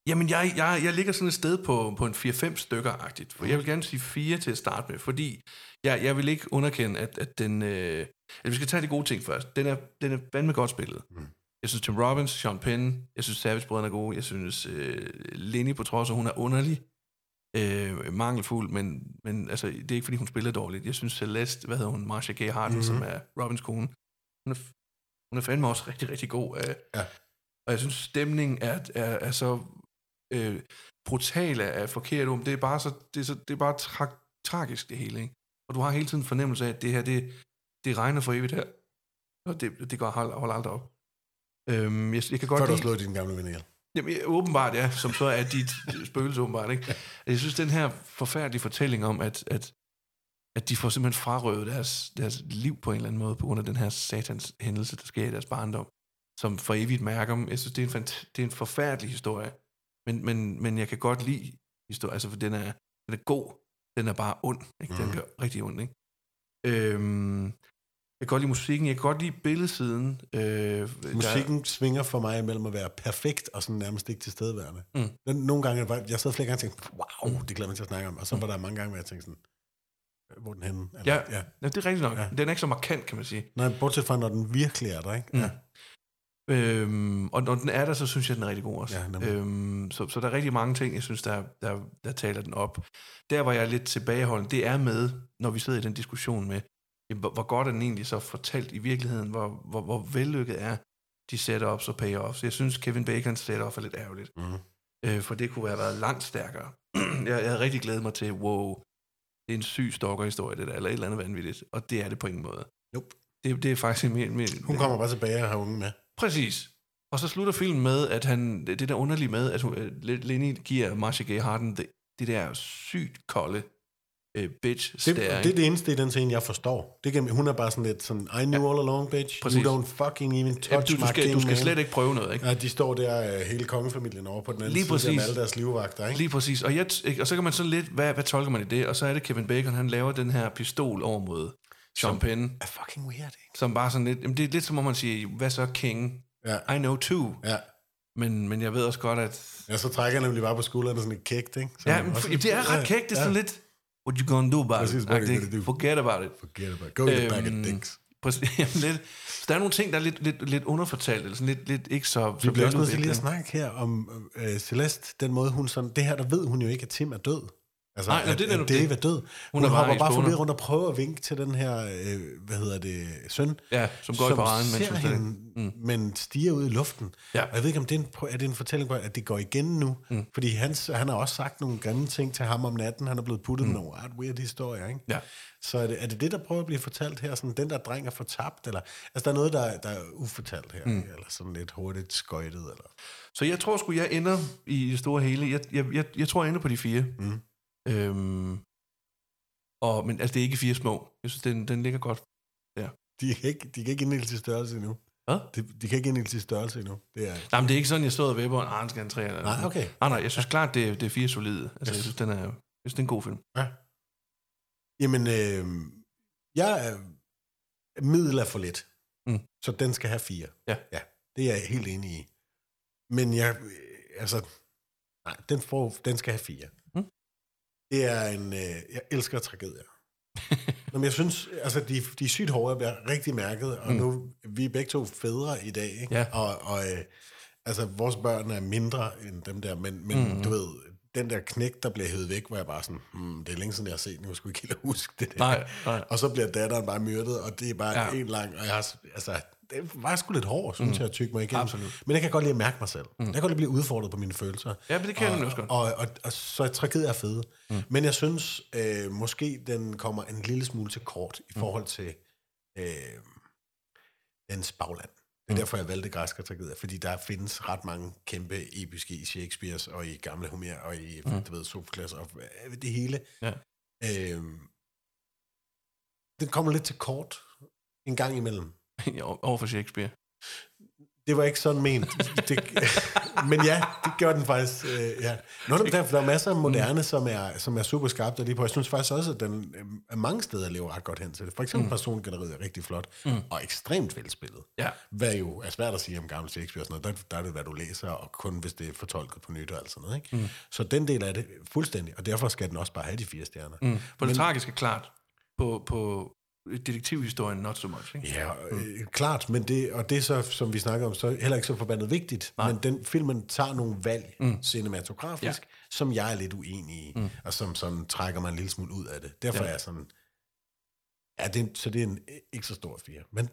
Speaker 4: jamen, jeg, jeg, jeg ligger sådan et sted på, på en 4-5 stykker-agtigt, for jeg vil gerne sige 4 til at starte med, fordi jeg, jeg vil ikke underkende, at, at den... Øh, at vi skal tage de gode ting først. Den er, den er fandme godt spillet. Mm. Jeg synes Tim Robbins, Sean Penn, jeg synes Savage-brødrene er gode, jeg synes øh, Lenny, på trods af, hun er underlig, øh, mangelfuld, men, men altså, det er ikke, fordi hun spiller dårligt. Jeg synes Celeste, hvad hedder hun, Marsha Gay Harden, mm-hmm. som er Robins kone, hun er, f- hun er fandme også rigtig, rigtig god. Øh,
Speaker 5: Ja.
Speaker 4: Og jeg synes, stemningen er, er, er så øh, brutal af forkert om. Det er bare, så, det er så, det er bare tra- tragisk, det hele. Ikke? Og du har hele tiden en fornemmelse af, at det her, det, det regner for evigt her. Og det, det går hold, hold aldrig op. Øhm, jeg, jeg kan godt
Speaker 5: Før du har
Speaker 4: lide-
Speaker 5: slået din gamle venner.
Speaker 4: Jamen, ja, åbenbart, ja, som så er dit spøgelse åbenbart. Ikke? Jeg synes, den her forfærdelige fortælling om, at, at, at de får simpelthen frarøvet deres, deres liv på en eller anden måde, på grund af den her satans hændelse, der sker i deres barndom, som for evigt mærker dem. Jeg synes, det er en, fant- det er en forfærdelig historie, men, men, men jeg kan godt lide historien, altså, for den er, den er god, den er bare ond, ikke? den
Speaker 5: Mhm.
Speaker 4: gør rigtig ondt. Ikke? Øhm, jeg kan godt lide musikken, jeg kan godt lide billedsiden. Øh,
Speaker 5: Musikken svinger for mig imellem at være perfekt og sådan nærmest ikke tilstedeværende.
Speaker 4: Mm.
Speaker 5: Men Nogle gange, var, jeg sad flere gange og tænkte, wow, det glæder mig til at snakke om. Og så var der mange gange, hvor jeg tænkte sådan, "Øh, hvor er den henne?
Speaker 4: Der,
Speaker 5: Eller,
Speaker 4: Mm. ja, ja. ja, det er rigtigt nok. Ja.
Speaker 5: Ja.
Speaker 4: Den er ikke så markant, kan man sige.
Speaker 5: Nej, bortset fra, når den virkelig er der, ikke?
Speaker 4: Mm.
Speaker 5: Ja.
Speaker 4: Øhm, og når den er der, så synes jeg, den er rigtig god også.
Speaker 5: Ja, nemlig.
Speaker 4: øhm, så, så der er rigtig mange ting, jeg synes, der, der, der taler den op. Der, hvor jeg er lidt tilbageholden, det er med, når vi sidder i den diskussion med, jamen, hvor, hvor godt er den egentlig så fortalt i virkeligheden, hvor, hvor, hvor vellykket er de setups og payoffs. Jeg synes, Kevin Bacons setup er lidt ærgerligt,
Speaker 5: Mhm.
Speaker 4: øh, for det kunne have været langt stærkere. [CLEARS THROAT] jeg, jeg havde rigtig glædet mig til, wow, det er en syg stalker-historie, det der, eller et eller andet vanvittigt, og det er det på ingen måde.
Speaker 5: Nope.
Speaker 4: Det, det er faktisk min... min
Speaker 5: Hun kommer bare tilbage og har unge med.
Speaker 4: Præcis. Og så slutter filmen med, at han, det der underlige med, at hun, øh, Lenny giver Marsha Gay Harden det, det der sygt kolde øh, bitch
Speaker 5: Det,
Speaker 4: stare.
Speaker 5: det er det eneste i den scene, jeg forstår. Det kan, hun er bare sådan lidt sådan, I knew all along, bitch.
Speaker 4: Præcis.
Speaker 5: You don't fucking even touch
Speaker 4: ja, du, du,
Speaker 5: my
Speaker 4: skal,
Speaker 5: king,
Speaker 4: du skal
Speaker 5: man."
Speaker 4: slet ikke prøve noget, ikke?
Speaker 5: Ja, de står der, øh, hele kongefamilien over på den anden
Speaker 4: Lige
Speaker 5: Lige side,
Speaker 4: præcis.
Speaker 5: der med alle deres livvagter, ikke?
Speaker 4: Lige præcis. Og, jeg, t- ikke? og så kan man sådan lidt, hvad, hvad tolker man i det? Og så er det Kevin Bacon, han laver den her pistol over mod Sean Penn,
Speaker 5: er fucking weird, ikke?
Speaker 4: som bare sådan lidt, jamen det er lidt som om man siger, hvad så King?
Speaker 5: Ja.
Speaker 4: I know too.
Speaker 5: Ja.
Speaker 4: Men, men jeg ved også godt, at
Speaker 5: ja, så trækker han nemlig bare på skuldrene sådan et kægt, ikke? Så
Speaker 4: Ja,
Speaker 5: han
Speaker 4: men,
Speaker 5: også-
Speaker 4: for, det er ret kægt, det er sådan lidt, what you gonna do about
Speaker 5: Præcis,
Speaker 4: it?
Speaker 5: what you
Speaker 4: agtigt.
Speaker 5: gonna do?
Speaker 4: Forget about it.
Speaker 5: Forget about it. Go get a bag
Speaker 4: Øhm,
Speaker 5: of dicks.
Speaker 4: Præcis, [LAUGHS] jamen, lidt. Så der er nogle ting, der er lidt, lidt, lidt underfortalt, eller sådan lidt, lidt ikke så...
Speaker 5: Vi bliver også nødt til lige at snakke her om øh, Celeste, den måde hun sådan, det her, der ved hun jo ikke, at Tim er død. Altså,
Speaker 4: Nej,
Speaker 5: Nej,
Speaker 4: nå,
Speaker 5: at,
Speaker 4: det
Speaker 5: det
Speaker 4: er
Speaker 5: er at
Speaker 4: netop
Speaker 5: Dave
Speaker 4: det.
Speaker 5: er død.
Speaker 4: Hun
Speaker 5: Hun,
Speaker 4: er
Speaker 5: hun
Speaker 4: bare
Speaker 5: hopper bare
Speaker 4: spåner.
Speaker 5: forbi rundt og prøver at vinke til den her, øh, hvad hedder det, søn.
Speaker 4: Ja, som går i paraden,
Speaker 5: Som
Speaker 4: mens
Speaker 5: ser
Speaker 4: hun stadig-
Speaker 5: hende, mm. men stiger ud i luften.
Speaker 4: Ja.
Speaker 5: Og jeg ved ikke, om det er en, prø- er det en fortælling, på, at det går igen nu. Mm. Fordi hans, han har også sagt nogle grimme ting til ham om natten. Han er blevet puttet mm. med nogle ret weird historier, ikke?
Speaker 4: Ja.
Speaker 5: Så er det, er det det, der prøver at blive fortalt her? Sådan, den der dreng er fortabt? Eller, altså, der er noget, der, der er ufortalt her. Mm. Eller sådan lidt hurtigt skøjtet. Eller.
Speaker 4: Så jeg tror sgu, jeg ender i det store hele. Jeg, jeg, jeg, jeg tror, jeg ender på de fire.
Speaker 5: Mm.
Speaker 4: Øhm, og, men altså, det er ikke fire små. Jeg synes, den, den ligger godt.
Speaker 5: De kan ikke, de kan ikke inddele til størrelse endnu.
Speaker 4: Hvad?
Speaker 5: De, de kan ikke inddele til størrelse endnu. Det er,
Speaker 4: Nej, men det er ikke sådan, jeg stod og vipper, at han skal have en tre. Eller
Speaker 5: Nej,
Speaker 4: sådan.
Speaker 5: okay.
Speaker 4: Nej, nej, jeg synes klart, det, er- det er fire solide. Altså, jeg synes, den er, jeg synes, det er en god film. [LAUGHS]
Speaker 5: ja. Jamen, øh, jeg er middel er for lidt.
Speaker 4: Mm.
Speaker 5: Så den skal have fire.
Speaker 4: Ja.
Speaker 5: ja. Det er jeg helt enig i. Men jeg, øh, altså, nej, den, får, den skal have fire.
Speaker 4: Mm.
Speaker 5: Det er en, øh, jeg elsker tragedier.
Speaker 4: [LAUGHS]
Speaker 5: Nå, men jeg synes, altså, de, de er sygt hårde at være rigtig mærket, og mm. nu, vi er begge to fædre i dag, ikke?
Speaker 4: Ja.
Speaker 5: Og, og øh, altså, vores børn er mindre end dem der, men, men mm. du ved, den der knæk, der bliver hævet væk, var jeg bare sådan, hmm, det er længe siden, jeg har set, nu skulle jeg ikke helt [LAUGHS] huske det der.
Speaker 4: Nej, nej.
Speaker 5: Og så bliver datteren bare myrdet, og det er bare
Speaker 4: Ja.
Speaker 5: ja. en lang, og jeg har, s- altså, det var sgu lidt hårdt, synes mm. jeg, at tykke mig igennem.
Speaker 4: Absolut.
Speaker 5: Men jeg kan godt lide at mærke mig selv. Mm. Jeg kan godt lide at blive udfordret på mine følelser.
Speaker 4: Ja, men det kan jeg
Speaker 5: og,
Speaker 4: nemlig også godt.
Speaker 5: Og, og, og, og så er tragedier fede. Mm. Men jeg synes, øh, måske den kommer en lille smule til kort
Speaker 4: Mm.
Speaker 5: i forhold til øh, dens bagland. Det er mm. derfor, jeg valgte græske tragedier, fordi der findes ret mange kæmpe episke i Shakespeare's og i gamle Homer og i mm. du ved, Sofokles og øh, det hele.
Speaker 4: Ja.
Speaker 5: Øh, den kommer lidt til kort en gang imellem.
Speaker 4: Over for Shakespeare.
Speaker 5: Det var ikke sådan ment. Det, [LAUGHS] men ja, det gør den faktisk. Øh, ja. Nå, der, der er masser af moderne, som er, som er super skarpt og lige på. Jeg synes faktisk også, at den øh, mange steder lever ret godt hen til det. For eksempel mm. persongalleriet er rigtig flot mm. og ekstremt velspillet.
Speaker 4: Ja.
Speaker 5: Hvad jo er svært at sige om gamle Shakespeare og sådan noget. Der, der er det, hvad du læser, og kun hvis det er fortolket på nyt og alt sådan noget. Ikke? Mm. Så den del af det fuldstændig, og derfor skal den også bare have de fire stjerner. Mm.
Speaker 4: På det tragiske, klart. På, på detektivhistorien, not so much. Ikke?
Speaker 5: Ja, øh, klart, men det, og det er så, som vi snakker om, så heller ikke så forbandet vigtigt, Nej. men den filmen tager nogle valg mm. cinematografisk,
Speaker 4: Ja.
Speaker 5: ja. som jeg er lidt uenig i, mm. og som, som trækker mig en lille smule ud af det. Derfor
Speaker 4: Ja.
Speaker 5: ja. er jeg sådan, ja, det, er en- så det er en øh, ikke så stor fire, men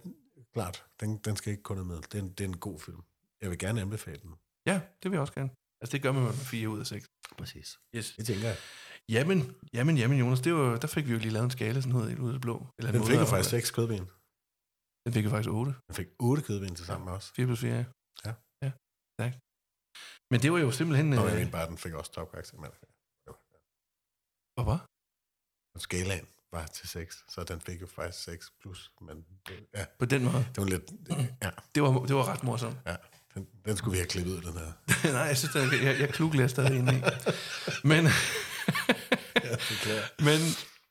Speaker 5: klart, den, den skal ikke kun have med. Det er, en, det er en god film. Jeg vil gerne anbefale den.
Speaker 4: Ja, det vil jeg også gerne. Altså, det gør man med fire ud af seks.
Speaker 5: Præcis.
Speaker 4: Yes.
Speaker 5: Det tænker jeg.
Speaker 4: Jamen, jamen, jamen, Jonas, det var, der fik vi jo lige lavet en skala, sådan noget, helt ud af det blå. Eller en
Speaker 5: Den
Speaker 4: måde
Speaker 5: fik jo
Speaker 4: at-
Speaker 5: faktisk seks kødben.
Speaker 4: Den fik jo faktisk otte.
Speaker 5: Den fik otte kødben til sammen også.
Speaker 4: 4 plus 4, ja.
Speaker 5: Ja.
Speaker 4: Ja, tak. Men det var jo simpelthen...
Speaker 5: Nå,
Speaker 4: øh,
Speaker 5: jeg mener bare, den fik også topkarakter. men-
Speaker 4: Hvor var?
Speaker 5: skalaen var til 6, så den fik jo faktisk 6 plus, men det, ja,
Speaker 4: På den måde.
Speaker 5: det var lidt, ja,
Speaker 4: Det var, det var ret morsomt. [LAUGHS]
Speaker 5: ja, den, den skulle vi have klippet ud, den her.
Speaker 4: Nej, jeg synes, jeg, jeg, jeg kluglæser stadig ind i. Men, [LAUGHS] men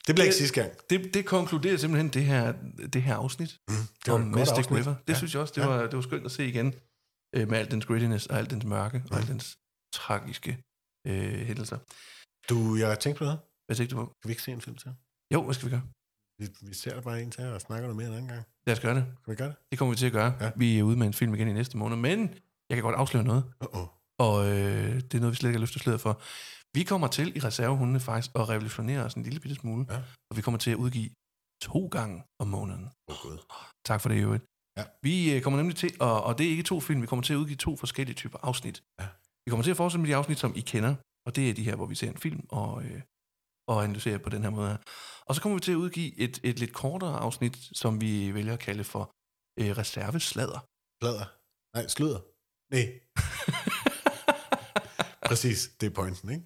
Speaker 5: Det blev ikke sidste gang.
Speaker 4: det, det konkluderer simpelthen det her, det her afsnit mm,
Speaker 5: det var et godt
Speaker 4: Mystic
Speaker 5: afsnit.
Speaker 4: River. Det ja. synes jeg også, det, ja. var, det var skønt at se igen øh, med al dens grittiness og al dens mørke mm. og al dens tragiske øh, hændelser.
Speaker 5: Du, jeg tænkte på noget.
Speaker 4: Hvad tænkte du på?
Speaker 5: Kan vi ikke se en film til?
Speaker 4: Jo, hvad skal vi gøre?
Speaker 5: Vi, vi ser der bare en til og snakker noget mere en anden gang.
Speaker 4: Lad os gøre det.
Speaker 5: Kan vi gøre det?
Speaker 4: Det kommer vi til at gøre. Ja.
Speaker 5: Ja.
Speaker 4: Vi er ude med en film igen i næste måned, men jeg kan godt afsløre noget.
Speaker 5: Uh-oh.
Speaker 4: Og øh, det er noget, vi slet ikke har løftet sløret for. Vi kommer til i reservehundene faktisk at revolutionere os en lille bitte smule.
Speaker 5: Ja.
Speaker 4: Og vi kommer til at udgive to gange om måneden.
Speaker 5: Åh, oh, gud.
Speaker 4: Tak for det, i øvrigt.
Speaker 5: Ja.
Speaker 4: Vi øh, kommer nemlig til, og, og det er ikke to film, vi kommer til at udgive to forskellige typer afsnit.
Speaker 5: Ja.
Speaker 4: Vi kommer til at fortsætte med de afsnit, som I kender. Og det er de her, hvor vi ser en film og, øh, og analyserer på den her måde her. Og så kommer vi til at udgive et, et lidt kortere afsnit, som vi vælger at kalde for øh, reserveslader.
Speaker 5: Plader. Nej, sludder. Nej. [LAUGHS] Præcis, det er pointen, ikke?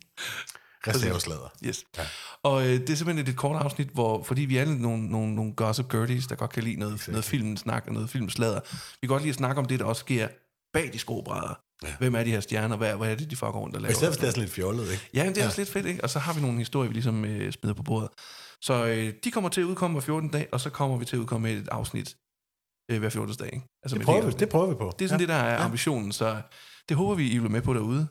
Speaker 5: Reserveslader.
Speaker 4: Yes. Ja.
Speaker 5: Ja.
Speaker 4: Og øh, det er simpelthen et lidt kort afsnit, hvor, fordi vi er lidt nogle, nogle, nogle gossip girlies, der godt kan lide noget, exactly. noget filmsnak og noget filmslader. Vi kan godt lide at snakke om det, der også sker bag de skobrædder. Ja. Hvem er de her stjerner? Hvad, hvad er det, de fucker rundt og laver?
Speaker 5: Men selv hvis det er sådan lidt fjollet, ikke?
Speaker 4: Ja, men det er ja. også lidt fedt, ikke? Og så har vi nogle historier, vi ligesom øh, smider på bordet. Så øh, de kommer til at udkomme hver 14. dag, og så kommer vi til at udkomme med et afsnit øh, hver 14. dag, ikke? Altså
Speaker 5: Det
Speaker 4: med et
Speaker 5: prøver vi,
Speaker 4: helt
Speaker 5: det
Speaker 4: afsnit.
Speaker 5: prøver vi på.
Speaker 4: Det er sådan ja. det, der er ambitionen, så det håber vi, I vil med på derude.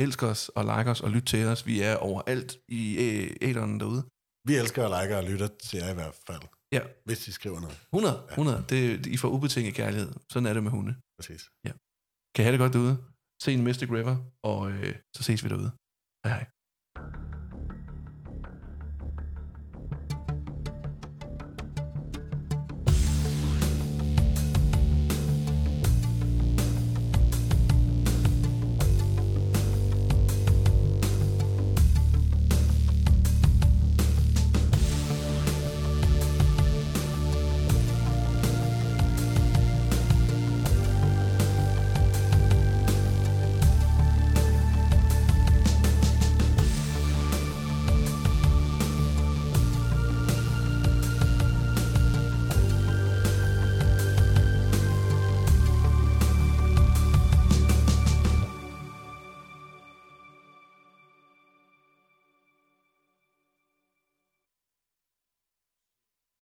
Speaker 4: Elsk os og like os og lyt til os. Vi er overalt i øh, æderen derude.
Speaker 5: Vi elsker at like og lytter til jer i hvert fald,
Speaker 4: Ja,
Speaker 5: hvis I skriver noget.
Speaker 4: 100, 100. Det, I får ubetinget kærlighed. Sådan er det med hunde.
Speaker 5: Præcis.
Speaker 4: Kan I have det godt derude? Se en Mystic River, og øh, så ses vi derude. Hej hej.